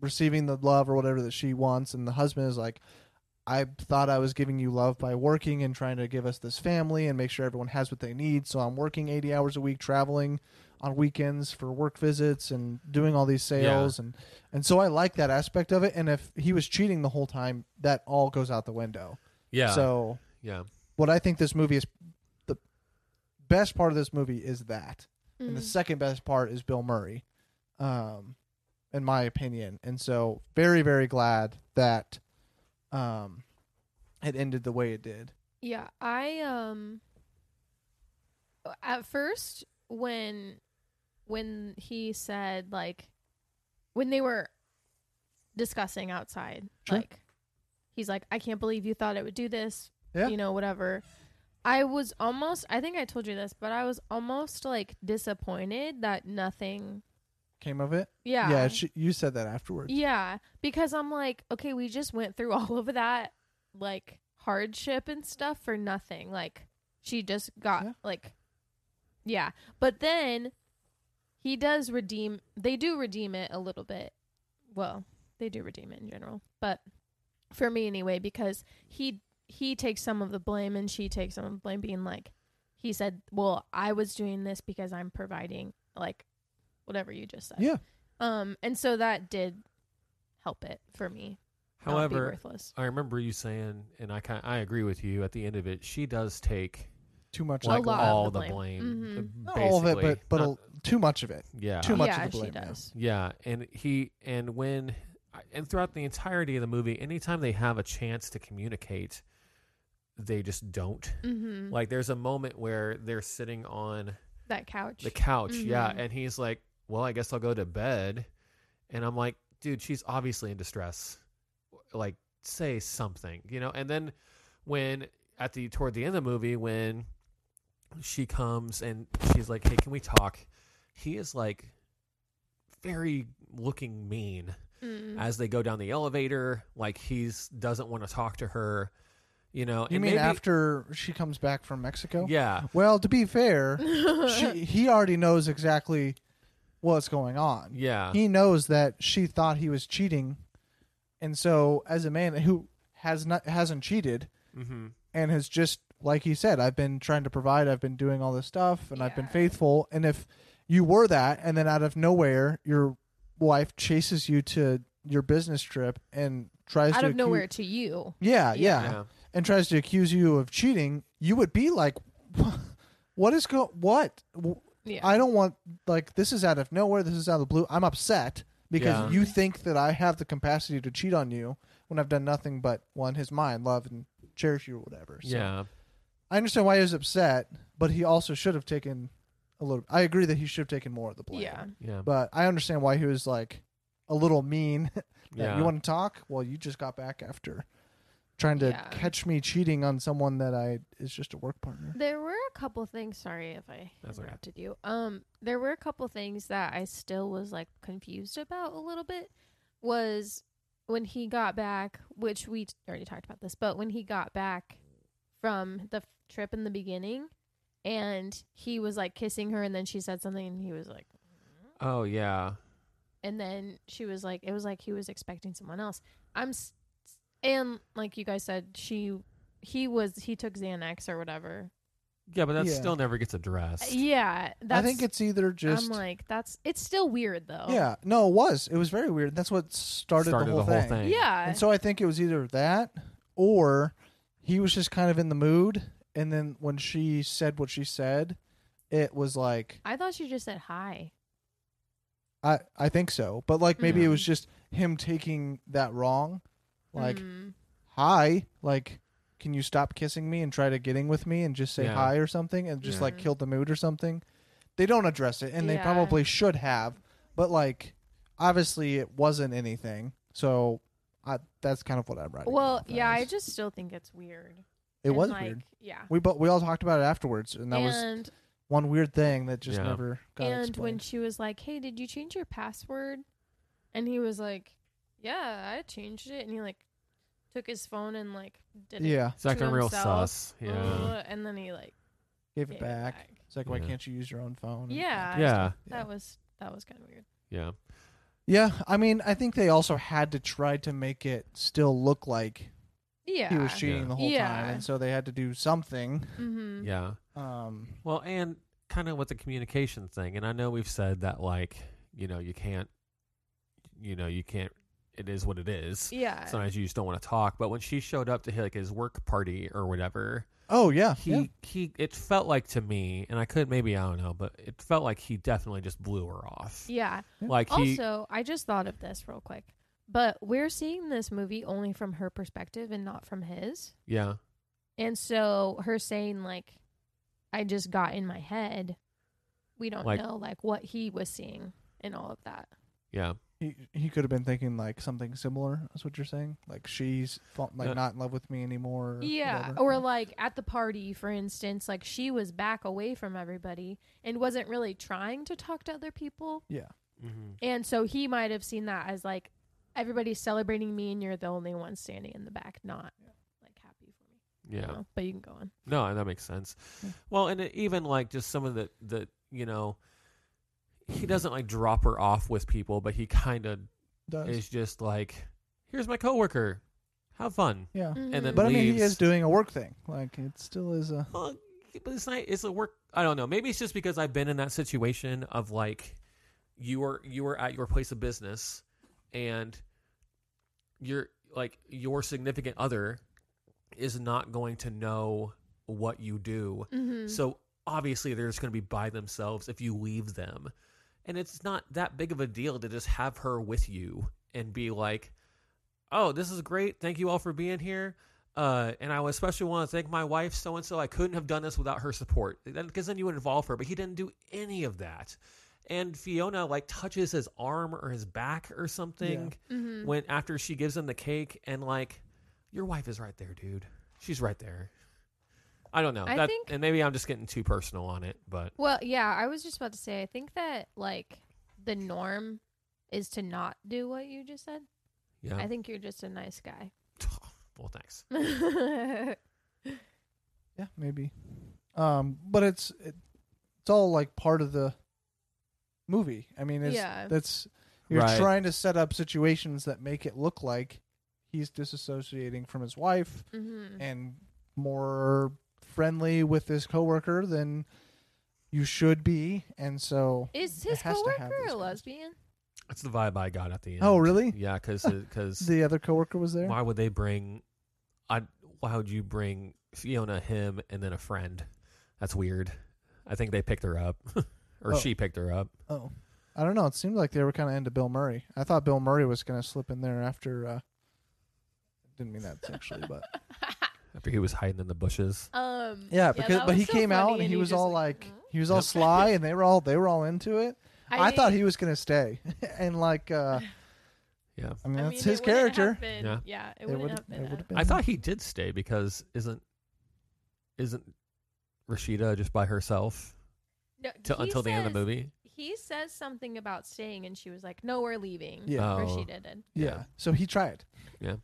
receiving the love or whatever that she wants. And the husband is like, I thought I was giving you love by working and trying to give us this family and make sure everyone has what they need. So I'm working 80 hours a week, traveling on weekends for work visits and doing all these sales and and so I like that aspect of it and if he was cheating the whole time that all goes out the window. yeah. So yeah. what I think this movie is the best part of this movie is that and the Mm. second best part is Bill Murray, um, in my opinion. And so, very very glad that um, it ended the way it did. Yeah, I um at first when when he said like when they were discussing outside Sure. like he's like I can't believe you thought it would do this, Yeah. you know, whatever. I was almost I think I told you this, but I was almost like disappointed that nothing Came of it. yeah. yeah she, you said that afterwards. Yeah, because I'm like, okay, we just went through [LAUGHS] all of that like hardship and stuff for nothing. Like she just got Yeah. like yeah, but then he does redeem they do redeem it a little bit. Well, they do redeem it in general, but for me anyway because he he takes some of the blame and she takes some of the blame being like he said, "Well, I was doing this because I'm providing like whatever you just said." Yeah. Um, and so that did help it for me. not be However, worthless. I remember you saying, and I kind I agree with you. At the end of it, she does take Too much. A like lot of all the the blame. blame. Mhm. Not all of it, but basically. but a- Not- too much of it. yeah, too much of yeah, the blame, she yeah. does. Yeah, and he and when and throughout the entirety of the movie, anytime they have a chance to communicate, they just don't. Mm-hmm. Like there's a moment where they're sitting on that couch. the couch, yeah, Mhm. and he's like, "Well, I guess I'll go to bed," and I'm like, "Dude, she's obviously in distress. Like, say something, you know." And then when at the toward the end of the movie, when she comes and she's like, "Hey, can we talk?" He is like very looking mean Mm. [LAUGHS] as they go down the elevator. Like he's doesn't want to talk to her, you know. You mean and maybe- after she comes back from Mexico? Yeah, Well, to [LAUGHS] be fair, she, he already knows exactly what's going on. Ah. yeah, he knows that she thought he was cheating, and so as a man who has not hasn't cheated mm-hmm. and has just like he said, I've been trying to provide, I've been doing all this stuff, and I've been Yeah. faithful. And if you were that, and then out of nowhere, your wife chases you to your business trip and tries Out to of accu- nowhere to you. yeah, yeah, yeah, and tries to accuse you of cheating, you would be like, [LAUGHS] "What is go? What? Yeah. I don't want like this is out of nowhere. This is out of the blue. I'm upset because Yeah. you think that I have the capacity to cheat on you when I've done nothing but one his mind, love, and cherish you or whatever. So yeah. I understand why he was upset, but he also should have taken a little. I agree that he should have taken more of the blame. yeah. yeah. but I understand why he was like a little mean. [LAUGHS] Yeah. you want to talk? Well, you just got back after trying to Yeah. catch me cheating on someone that I is just a work partner. There were a couple things. Sorry if I That's okay. interrupted you. Um, there were a couple things that I still was like confused about a little bit. Was when he got back, which we t- already talked about this, but when he got back from the f- trip in the beginning, and he was like kissing her, and then she said something, and he was like, Oh yeah. and then she was like, it was like he was expecting someone else. I'm, s- s- and like you guys said, she, he was, he took Xanax or whatever. Yeah, but that Yeah. still never gets addressed. Uh, Yeah, that's. I think it's either I'm just like, that's. It's still weird though. yeah, no, it was it was very weird. That's what started, the whole thing. Yeah. And so I think it was either that or he was just kind of in the mood, and then when she said what she said, it was like I thought she just said hi. I I think so, but like maybe it Mm. was just him taking that wrong, like Mm. hi, like can you stop kissing me and try to getting with me and just say Yeah. hi or something and just Yeah. like killed the mood or something. They don't address it and they Yeah. probably should have, but like obviously it wasn't anything. So I that's kind of what I'm writing. well, off yeah, I as. just still think it's weird. it And, was like, weird. Yeah. We but we all talked about it afterwards and that was and one weird thing that just Yeah. never got and when explained. she was like, "Hey, did you change your password?" and he was like, "Yeah, I changed it," and he like took his phone and like did it. yeah, It's acting to real himself. sus. Yeah. Uh, and then he like gave gave it back. It's like why Yeah. can't you use your own phone? and- Yeah. yeah. That was that was kind of weird. Yeah. Yeah, I mean, I think they also had to try to make it still look like Yeah. he was cheating Yeah. the whole Yeah. time, and so they had to do something. mm-hmm. Yeah. Um, Well, and kind of with the communication thing, and I know we've said that like, you know, you can't you know, you can't it is what it is. Yeah. Sometimes you just don't want to talk. But when she showed up to like his work party or whatever, oh yeah, he yeah. he it felt like to me, and I could maybe I don't know, but it felt like he definitely just blew her off. yeah. Like he Also, I just thought of this real quick, but we're seeing this movie only from her perspective and not from his. Yeah. And so her saying like, "I just got in my head," we don't Like- know like what he was seeing and all of that. Yeah. he he could have been thinking like something similar. Is what you're saying? Like she's fa- like Yeah. not in love with me anymore. Or Yeah, whatever. or like at the party, for instance, like she was back away from everybody and wasn't really trying to talk to other people, yeah, Mm-hmm. and so he might have seen that as like everybody's celebrating me and you're the only one standing in the back, not like happy for me. I Yeah. don't know, but you can go on. No, that makes sense. Well, and it, even like just some of the the you know, he doesn't like drop her off with people, but he kind of does is just like, "Here's my coworker, have fun." yeah. And then Mhm. Mm-hmm. But I mean, he leaves. is doing a work thing. Like it still is a Well, but it's not. It's a work. I don't know. Maybe it's just because I've been in that situation of like, you were you were at your place of business, and your like your significant other is not going to know what you do Mhm. So obviously they're just going to be by themselves if you leave them. And it's not that big of a deal to just have her with you and be like, "Oh, this is great. Thank you all for being here." Uh, and I especially want to thank my wife, so and so. I couldn't have done this without her support, because then you would involve her. But he didn't do any of that. And Fiona like touches his arm or his back or something Mhm. when after she gives him the cake, and like, your wife is right there, dude. She's right there. I don't know. I that, think- and maybe I'm just getting too personal on it, but Well, yeah, I was just about to say, I think that like the norm is to not do what you just said. yeah. I think you're just a nice guy. [LAUGHS] Mm-hmm. well, thanks. yeah maybe. Um, but it's it, it's all like part of the movie. I mean, it's, Yeah. that's you're Right. trying to set up situations that make it look like he's disassociating from his wife Mhm. and more friendly with his coworker than you should be, and so Is it his has to have coworker a these kinds. lesbian? That's the vibe I got at the end. Oh, really? Yeah, [LAUGHS] because because the other coworker was there. why would they bring? I why would you bring Fiona, him, and then a friend? That's weird. I think they picked her up, [LAUGHS] or Oh. she picked her up. Oh, I don't know. It seemed like they were kind of into Bill Murray. I thought Bill Murray was going to slip in there after. Uh, didn't mean that sexually, [LAUGHS] but After he was hiding in the bushes. Um, yeah, that because but was he so came funny, out and he you was just all like, "Huh?" he was all Yep. sly, [LAUGHS] and they were all they were all into it. I, thought mean, he was going to stay, and like uh, Yeah. I mean, I that's mean, his it wouldn't have character. been- Yeah. yeah, it It wouldn't would've- have been. it would've a- been- I thought he did stay because isn't isn't Rashida just by herself No, till he until the end of the says- movie? He says something about staying, and she was like, "No, we're leaving." Yeah. Oh. or she did. Yeah. Yeah. So he tried. Yeah.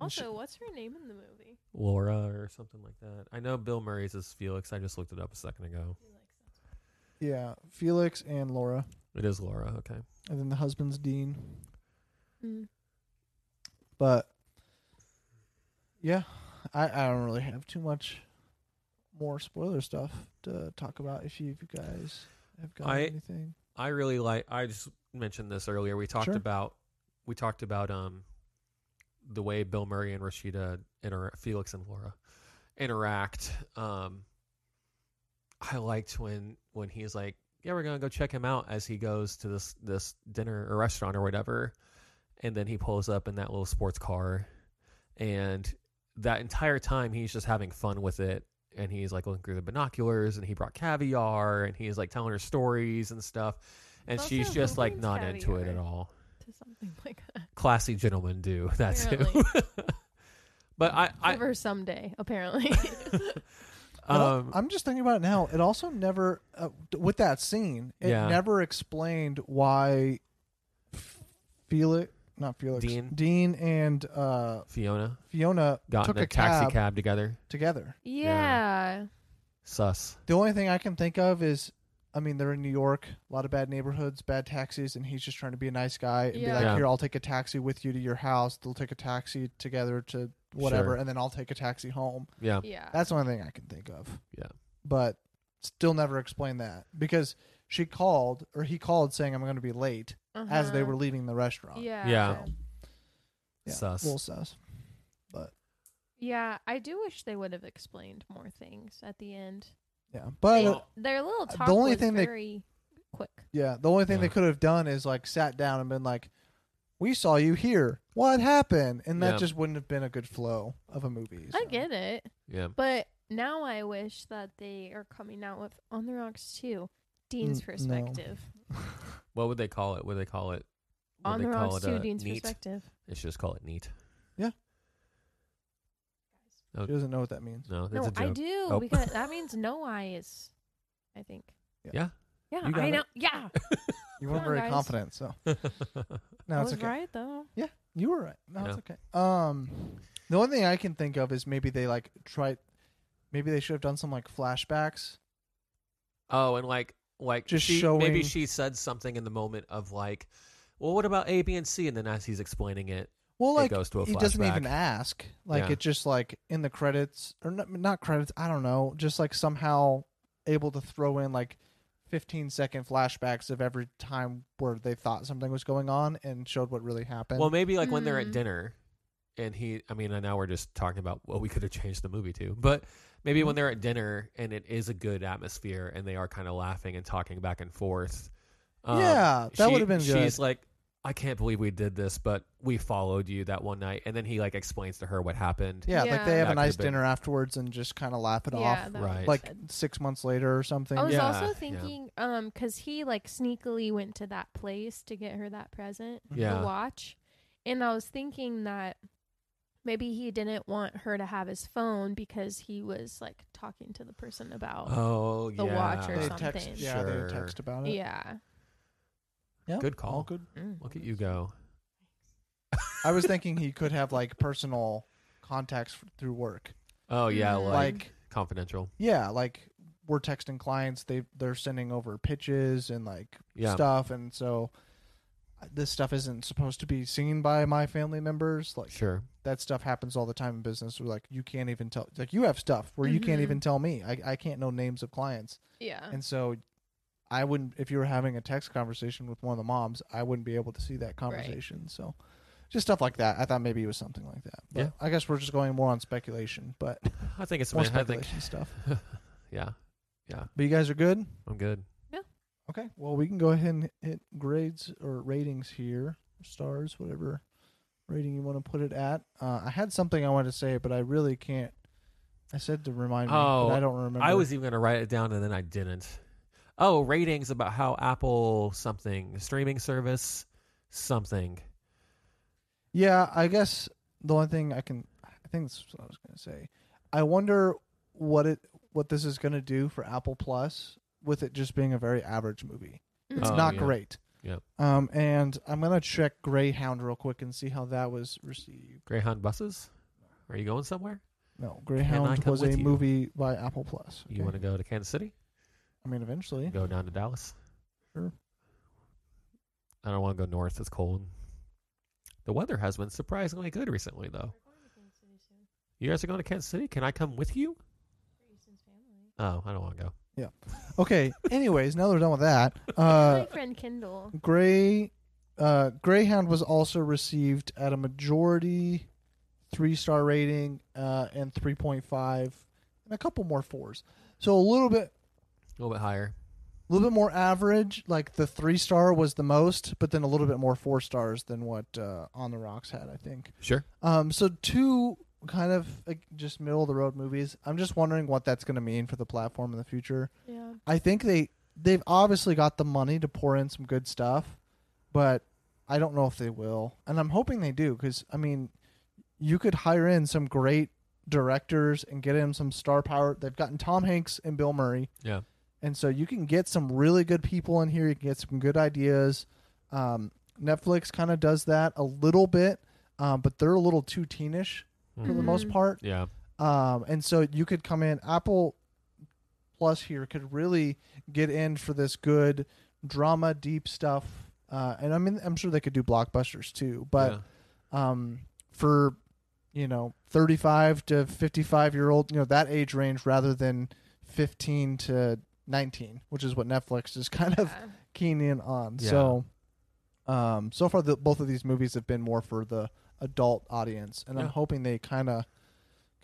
And she- Also, what's her name in the movie? Laura or something like that. I know Bill Murray's is Felix. I just looked it up a second ago. yeah. Felix and Laura, It is Laura. Okay. and then the husband's Dean. Mm. But yeah, I I don't really have too much more spoiler stuff to talk about. If you, if you guys have got I- anything, I really like. I just mentioned this earlier. We talked Sure. about we talked about um the way Bill Murray and Rashida inter Felix and Laura interact. Um, I liked when when he's like, "Yeah, we're gonna go check him out." As he goes to this this dinner or restaurant or whatever, and then he pulls up in that little sports car, and that entire time he's just having fun with it and he's like looking through the binoculars and he brought caviar and he's like telling her stories and stuff and Also, she's who just like brings not into it at caviar? all To something like that. classy gentlemen do [LAUGHS] that's Apparently. who but i i Ever someday, [LAUGHS] apparently. But I- um I'm just thinking about it now. It also never, uh, d- with that scene, it Yeah. never explained why F- Felix, not Felix, Dean. and uh, fiona Fiona got took in a, a taxi cab, cab. together together. yeah. sus The only thing I can think of is, I mean, they're in New York, a lot of bad neighborhoods, bad taxis, and he's just trying to be a nice guy and be Yeah. like, Yeah. here, I'll take a taxi with you to your house. They'll take a taxi together to whatever, Sure. and then I'll take a taxi home. yeah Yeah. That's the only thing I can think of. Yeah. But still never explained that because she called or he called saying I'm going to be late as they Uh-huh. were leaving the restaurant. Yeah. Yeah. So, yeah, Sus. Little sus. Yeah, I do wish they would have explained more things at the end. Yeah. But uh, Well- Their little The talk only was thing they- very quick. yeah, the only thing they Yeah. could have done is like sat down and been like, "We saw you here. What happened?" And that Yeah. just wouldn't have been a good flow of a movie. I so. get it, yeah but now I wish that they are coming out with On the Rocks too. Dean's Mm, no. perspective. what would they call it what would they call it Would On they the call Rocks it, too. uh, Dean's neat? perspective. they should just call it neat [LAUGHS] She doesn't know what that means. no that's No, a joke I do Oh. because that means no eye is. I think. Yeah. Yeah. Yeah, You got I it. know. [LAUGHS] Yeah, You Come weren't on, very guys. confident, so no, I it's was okay. right though. You were right. No, Yeah. it's okay. Um, the only thing I can think of is maybe they like tried. Maybe they should have done some like flashbacks. [LAUGHS] Oh, and like like Just she, showing- maybe she said something in the moment of like, well, what about A, B, and C? And then as he's explaining it, Well, like it goes to a flashback. he doesn't even ask. Like Yeah. it just like in the credits or not, not credits. I don't know. Just like somehow able to throw in like 15 second flashbacks of every time where they thought something was going on and showed what really happened. well, maybe like when they're at Mm. dinner, and he, I mean, I know we're just talking about what we could have changed the movie to, but maybe Mm-hmm. when they're at dinner and it is a good atmosphere and they are kind of laughing and talking back and forth. um, Yeah, that she- would've been good. She's like. I can't believe we did this, but we followed you that one night, and then he like explains to her what happened. yeah, like Yeah. they have That a could've nice been- dinner afterwards and just kind of laugh it yeah, that off. was Right. Like good. six months later or something. I was Yeah, yeah. also thinking, um, because he like sneakily went to that place to get her that present, Yeah. the watch, and I was thinking that maybe he didn't want her to have his phone because he was like talking to the person about. Oh, The yeah. watch or They something. text, yeah, they Sure. would text about it. yeah. Yeah, Good all call. good. Mm. Look at you go. I was thinking he could have like personal contacts f- through work. Oh yeah, Mm. like, Like confidential. yeah, like we're texting clients. They they're sending over pitches and like Yeah. stuff, and so uh, this stuff isn't supposed to be seen by my family members. Like Sure. that stuff happens all the time in business. Where like you can't even tell. Like you have stuff where you can't Mhm. even tell me. I I can't know names of clients, Yeah. and so. I wouldn't if you were having a text conversation with one of the moms, I wouldn't be able to see that conversation. So just stuff like that. I thought maybe it was something like that. But Yeah. I guess we're just going more on speculation, but I think it's. more I think. speculation stuff. Yeah, But you guys are good? I'm good. Okay. Well, we can go ahead and hit grades or ratings here, stars, whatever rating you want to put it at. Uh, I had something I wanted to say, but I really can't. I said to remind me, Oh, but I don't remember. I was even gonna write it down and then I didn't. Oh, ratings about how Apple something streaming service something Yeah, I guess the one thing I can, I think that's what I was gonna say. I wonder what it, what this is gonna do for Apple Plus with it just being a very average movie. It's Mm. Oh, not yeah. great. Yep. Um, and I'm gonna check Greyhound real quick and see how that was received. Greyhound buses? Are you going somewhere? No, I Greyhound come was a with you? movie by Apple Plus. You want to go to Kansas City? I mean, eventually. Go down to Dallas? Sure. I don't want to go north. It's cold. The weather has been surprisingly good recently, though. You guys are going to Kansas City? Can I come with you? Oh, I don't want to go. Okay. Anyways, now that we're done with [LAUGHS] that, uh, My friend Kindle. Gray uh, Greyhound was also received at a majority three star rating uh, and three point five and a couple more fours. So a little bit A little bit higher. a little bit more average, like the three star was the most, but then a little bit more four stars than what uh, On the Rocks had, I think. Sure. Um, so two kind of like, just middle of the road movies. I'm just wondering what that's going to mean for the platform in the future. Yeah. I think they they've obviously got the money to pour in some good stuff, but I don't know if they will. And I'm hoping they do because I mean, you could hire in some great directors and get him some star power. They've gotten Tom Hanks and Bill Murray. Yeah. And so you can get some really good people in here. You can get some good ideas. Um, Netflix kind of does that a little bit, um, but they're a little too teenish for the Mhm. most part. Mm-hmm. Yeah. Um, and so you could come in. Apple Plus here could really get in for this good drama, deep stuff. Uh, and I mean, I'm sure they could do blockbusters too. But um, for you know, 35 to 55 year old, you know, that age range rather than 15 to 19, which is what Netflix is [LAUGHS] kind of Yeah. keen in on. Yeah. So, um, so far the, both of these movies have been more for the adult audience, and I'm Yeah. hoping they kind of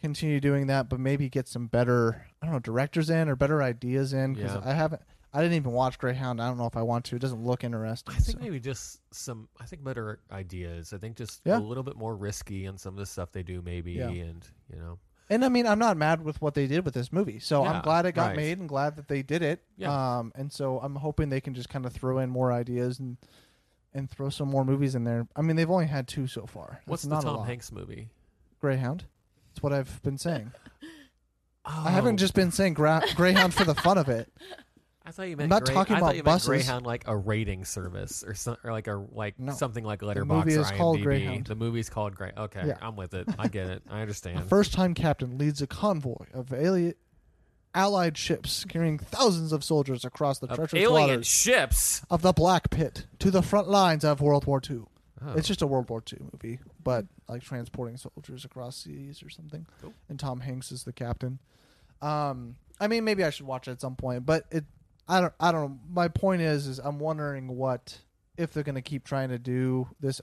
continue doing that, but maybe get some better, I don't know, directors in or better ideas in because Yeah. I haven't, I didn't even watch Greyhound. I don't know if I want to. It doesn't look interesting. I think so- maybe just some. I think better ideas. I think just Yeah. a little bit more risky on some of the stuff they do, maybe, Yeah. and you know, and I mean, I'm not mad with what they did with this movie, so I'm Yeah, glad it got right. made and glad that they did it. Yeah. Um, and so I'm hoping they can just kind of throw in more ideas and. And throw some more movies in there. I mean, they've only had two so far. That's what's the not a Tom lot. Hanks movie? Greyhound. That's what I've been saying. Oh, I haven't just been saying gra- Greyhound for the fun of it. I thought you meant. not Grey- talking I thought about you meant buses. Greyhound like a rating service or some, or like a like No. something like movie Letterbox or is called IMDb. Greyhound. The movie's called Grey. Okay, Yeah. I'm with it. I get it. [LAUGHS] I A understand. first time captain leads a convoy of alien allied ships carrying thousands of soldiers across the Of treacherous alien waters ships. of the Black Pit to the front lines of World War II. Oh, Mm-hmm. It's just a World War II movie, but like transporting soldiers across seas or something. Cool. And Tom Hanks is the captain. Um, I mean, maybe I should watch it at some point, but it, I don't, I don't know. My point is, is I'm wondering what if they're going to keep trying to do this,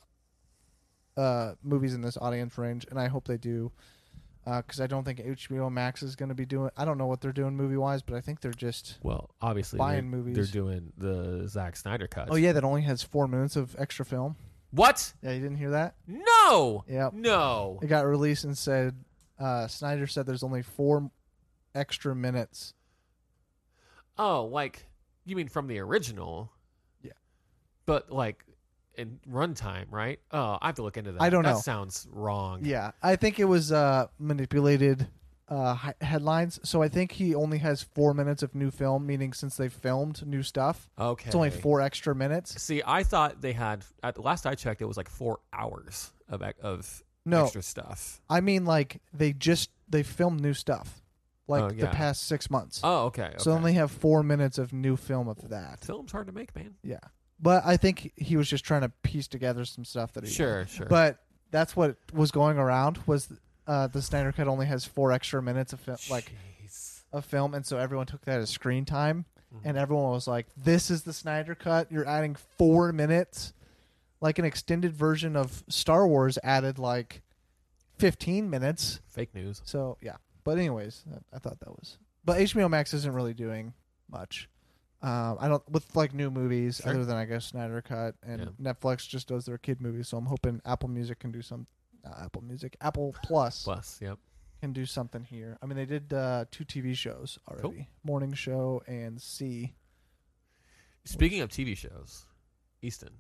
uh, movies in this audience range, and I hope they do, because I don't think HBO Max is going to be doing. I don't know what they're doing movie wise, but I think they're just. Oh, well, obviously buying they're, movies. they're doing the Zack Snyder cut. Oh yeah, that only has four minutes of extra film. What? Yeah, you didn't hear that? No. Yeah. No. It got released and said uh, Snyder said there's only four extra minutes. Oh, like you mean from the original? Yeah. But like in runtime, right? Oh, I have to look into that. I don't that know. Sounds wrong. Yeah, I think it was uh, manipulated uh, hi- headlines. So I think he only has four minutes of new film, meaning since they filmed new stuff, Okay. it's only four extra minutes. See, I thought they had. At last I checked, it was like four hours of ec- of No, extra stuff. I mean like they just they filmed new stuff, like Oh, the yeah. past six months. Oh, okay. okay. So they only have four minutes of new film of that. film's hard to make, man. Yeah, but I think he was just trying to piece together some stuff that he wanted. Sure, sure. but that's what was going around was uh, the Snyder cut only has four extra minutes of fil- like Jeez. of film, and so everyone took that as screen time, and everyone was like, "This is the Snyder cut. You're adding four minutes, like an extended version of Star Wars added like fifteen minutes." fake news. So yeah, but anyways, I, I thought that was. But HBO Max isn't really doing much. Um, I don't with like new movies Sure. other than I guess Snyder Cut and Netflix just does their kid movies. So I'm hoping Apple Music can do some. Uh, Apple Music, [LAUGHS] Apple Plus Plus, yep. can do something here. I mean, they did uh, two TV shows already: Morning Show and C. Speaking of TV shows, Easton,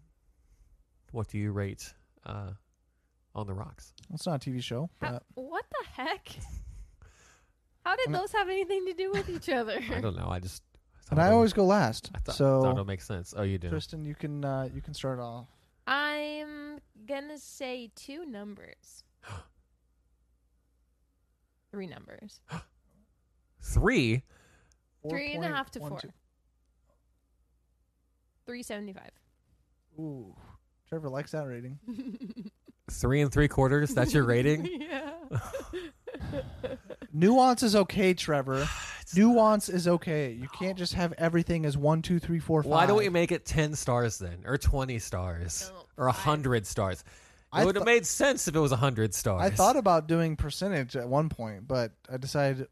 what do you rate uh, on the rocks. It's not a TV show. How, but what the heck? [LAUGHS] How did I'm- those have anything to do with each other? I don't know. I just. thought and I it- always go last. I thought, thought so it makes sense. Oh, you do. Tristan, you can uh, you can start off. I'm gonna say two numbers. Three numbers. Three. Three and a half to 4.12. 375. Ooh, Trevor likes that rating. Three and three quarters. That's [LAUGHS] your rating. [LAUGHS] yeah. Nuance is okay, [SIGHS] Trevor. Nuance is okay. You can't just have everything as one, two, three, four, five. Why don't we make it ten stars then, or twenty stars, No, or a five. hundred stars? I It would have thought- made sense if it was a hundred stars. I thought about doing percentage at one point, but I decided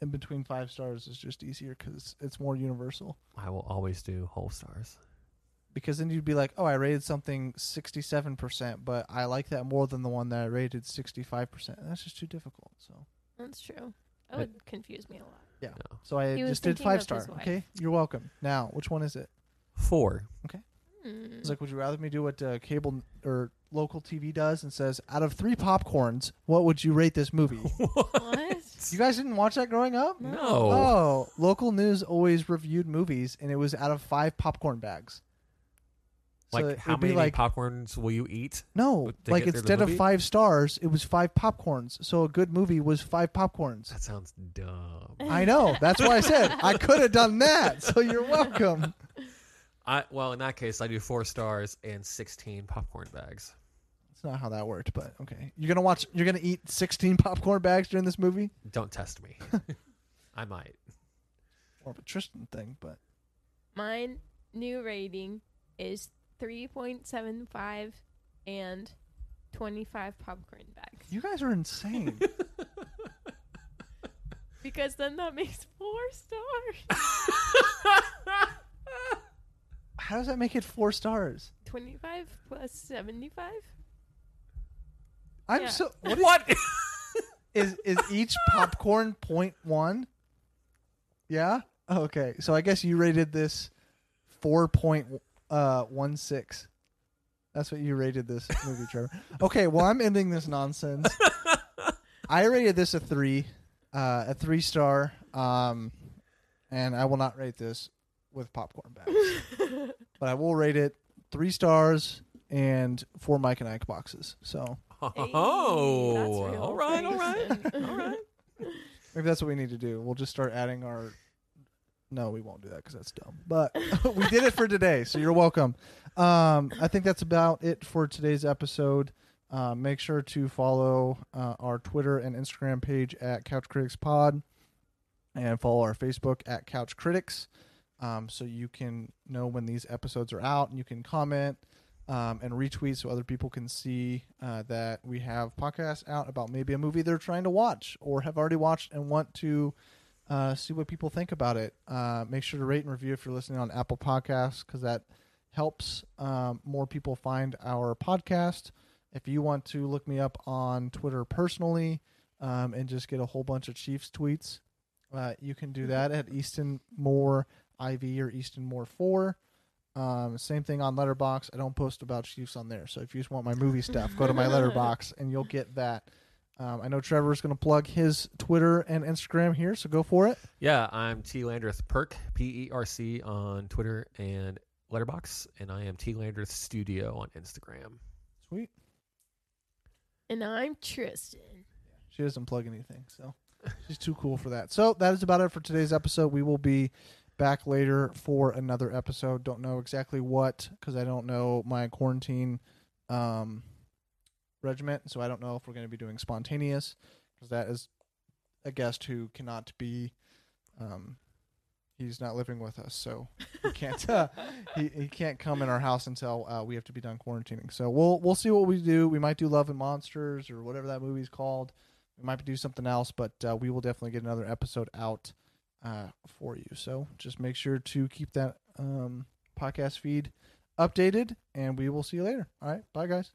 in between five stars is just easier because it's more universal. I will always do whole stars. Because then you'd be like, oh, I rated something 67%, but I like that more than the one that I rated 65%. That's just too difficult. So, That's true. I- That would confuse me a lot. so I He was just did thinking five of his star. wife. Okay, you're welcome. Now, which one is it? [LAUGHS] Four. Hmm. It's like, would you rather me do what uh, cable or local TV does and says, out of three popcorns, what would you rate this [LAUGHS] movie? what? you guys didn't watch that growing up? No. Oh, local news always reviewed movies, and it was out of five popcorn bags. So Like it'd how be many like, popcorns will you eat? No, to like get through the instead of movie? five stars, it was five popcorns. So a good movie was five popcorns. That sounds dumb. I know. That's why I said I could have done that. So you're welcome. I well, in that case, I do four stars and sixteen popcorn bags. It's not how that worked, but okay. You're gonna watch. You're gonna eat 16 popcorn bags during this movie. Don't test [LAUGHS] me. [LAUGHS] I might. More of a Tristan thing, but Mine new rating is 3.75 and 25 popcorn bags. you guys are insane. Because then that makes four stars. [LAUGHS] how does that make it four stars? 25 plus 75? I'm Yeah. so. [LAUGHS] What is, [LAUGHS] What? is is each popcorn point one? Yeah. Okay. So I guess you rated this four point uh one six. That's what you rated this movie, Trevor. Okay. Well, I'm ending this nonsense. I rated this a three, uh, a three star, um, and I will not rate this with popcorn bags, but I will rate it three stars and four Mike and Ike boxes. So Oh, Hey, that's real all right, all right, Grayson. all right. Maybe that's what we need to do. We'll just start adding our. No, we won't do that because that's dumb. But [LAUGHS] we did it for today, so you're welcome. Um, I think that's about it for today's episode. Uh, make sure to follow uh, our Twitter and Instagram page at Couch Critics Pod, and follow our Facebook at Couch Critics, um, so you can know when these episodes are out and you can comment um, and retweet so other people can see uh, that we have podcasts out about maybe a movie they're trying to watch or have already watched and want to uh, see what people think about it. Uh, make sure to rate and review if you're listening on Apple Podcasts because that helps um, more people find our podcast. If you want to look me up on Twitter personally um, and just get a whole bunch of Chiefs tweets, uh, you can do that at Easton Moore IV or Easton Moore 4. Um, same thing on Letterbox. I don't post about Chiefs on there. So if you just want my movie stuff, go to my Letterbox and you'll get that. Um, I know Trevor's going to plug his Twitter and Instagram here, so go for it. Yeah, I'm T Landreth Perk P E R C on Twitter and Letterbox, and I am T Landreth Studio on Instagram. [LAUGHS] Sweet. [LAUGHS] And I'm Tristan. She doesn't plug anything, so she's too cool for that. So that is about it for today's episode. We will be back later for another episode. Don't know exactly what because I don't know my quarantine um, regiment, so I don't know if we're going to be doing spontaneous because that is a guest who cannot be. Um, he's not living with us, so he can't. [LAUGHS] Uh, he, he can't come in our house until uh, we have to be done quarantining. So we'll we'll see what we do. We might do Love and Monsters or whatever that movie's called. We might do something else, but uh, we will definitely get another episode out uh, for you. So just make sure to keep that um, podcast feed updated, and we will see you later. All right, bye guys.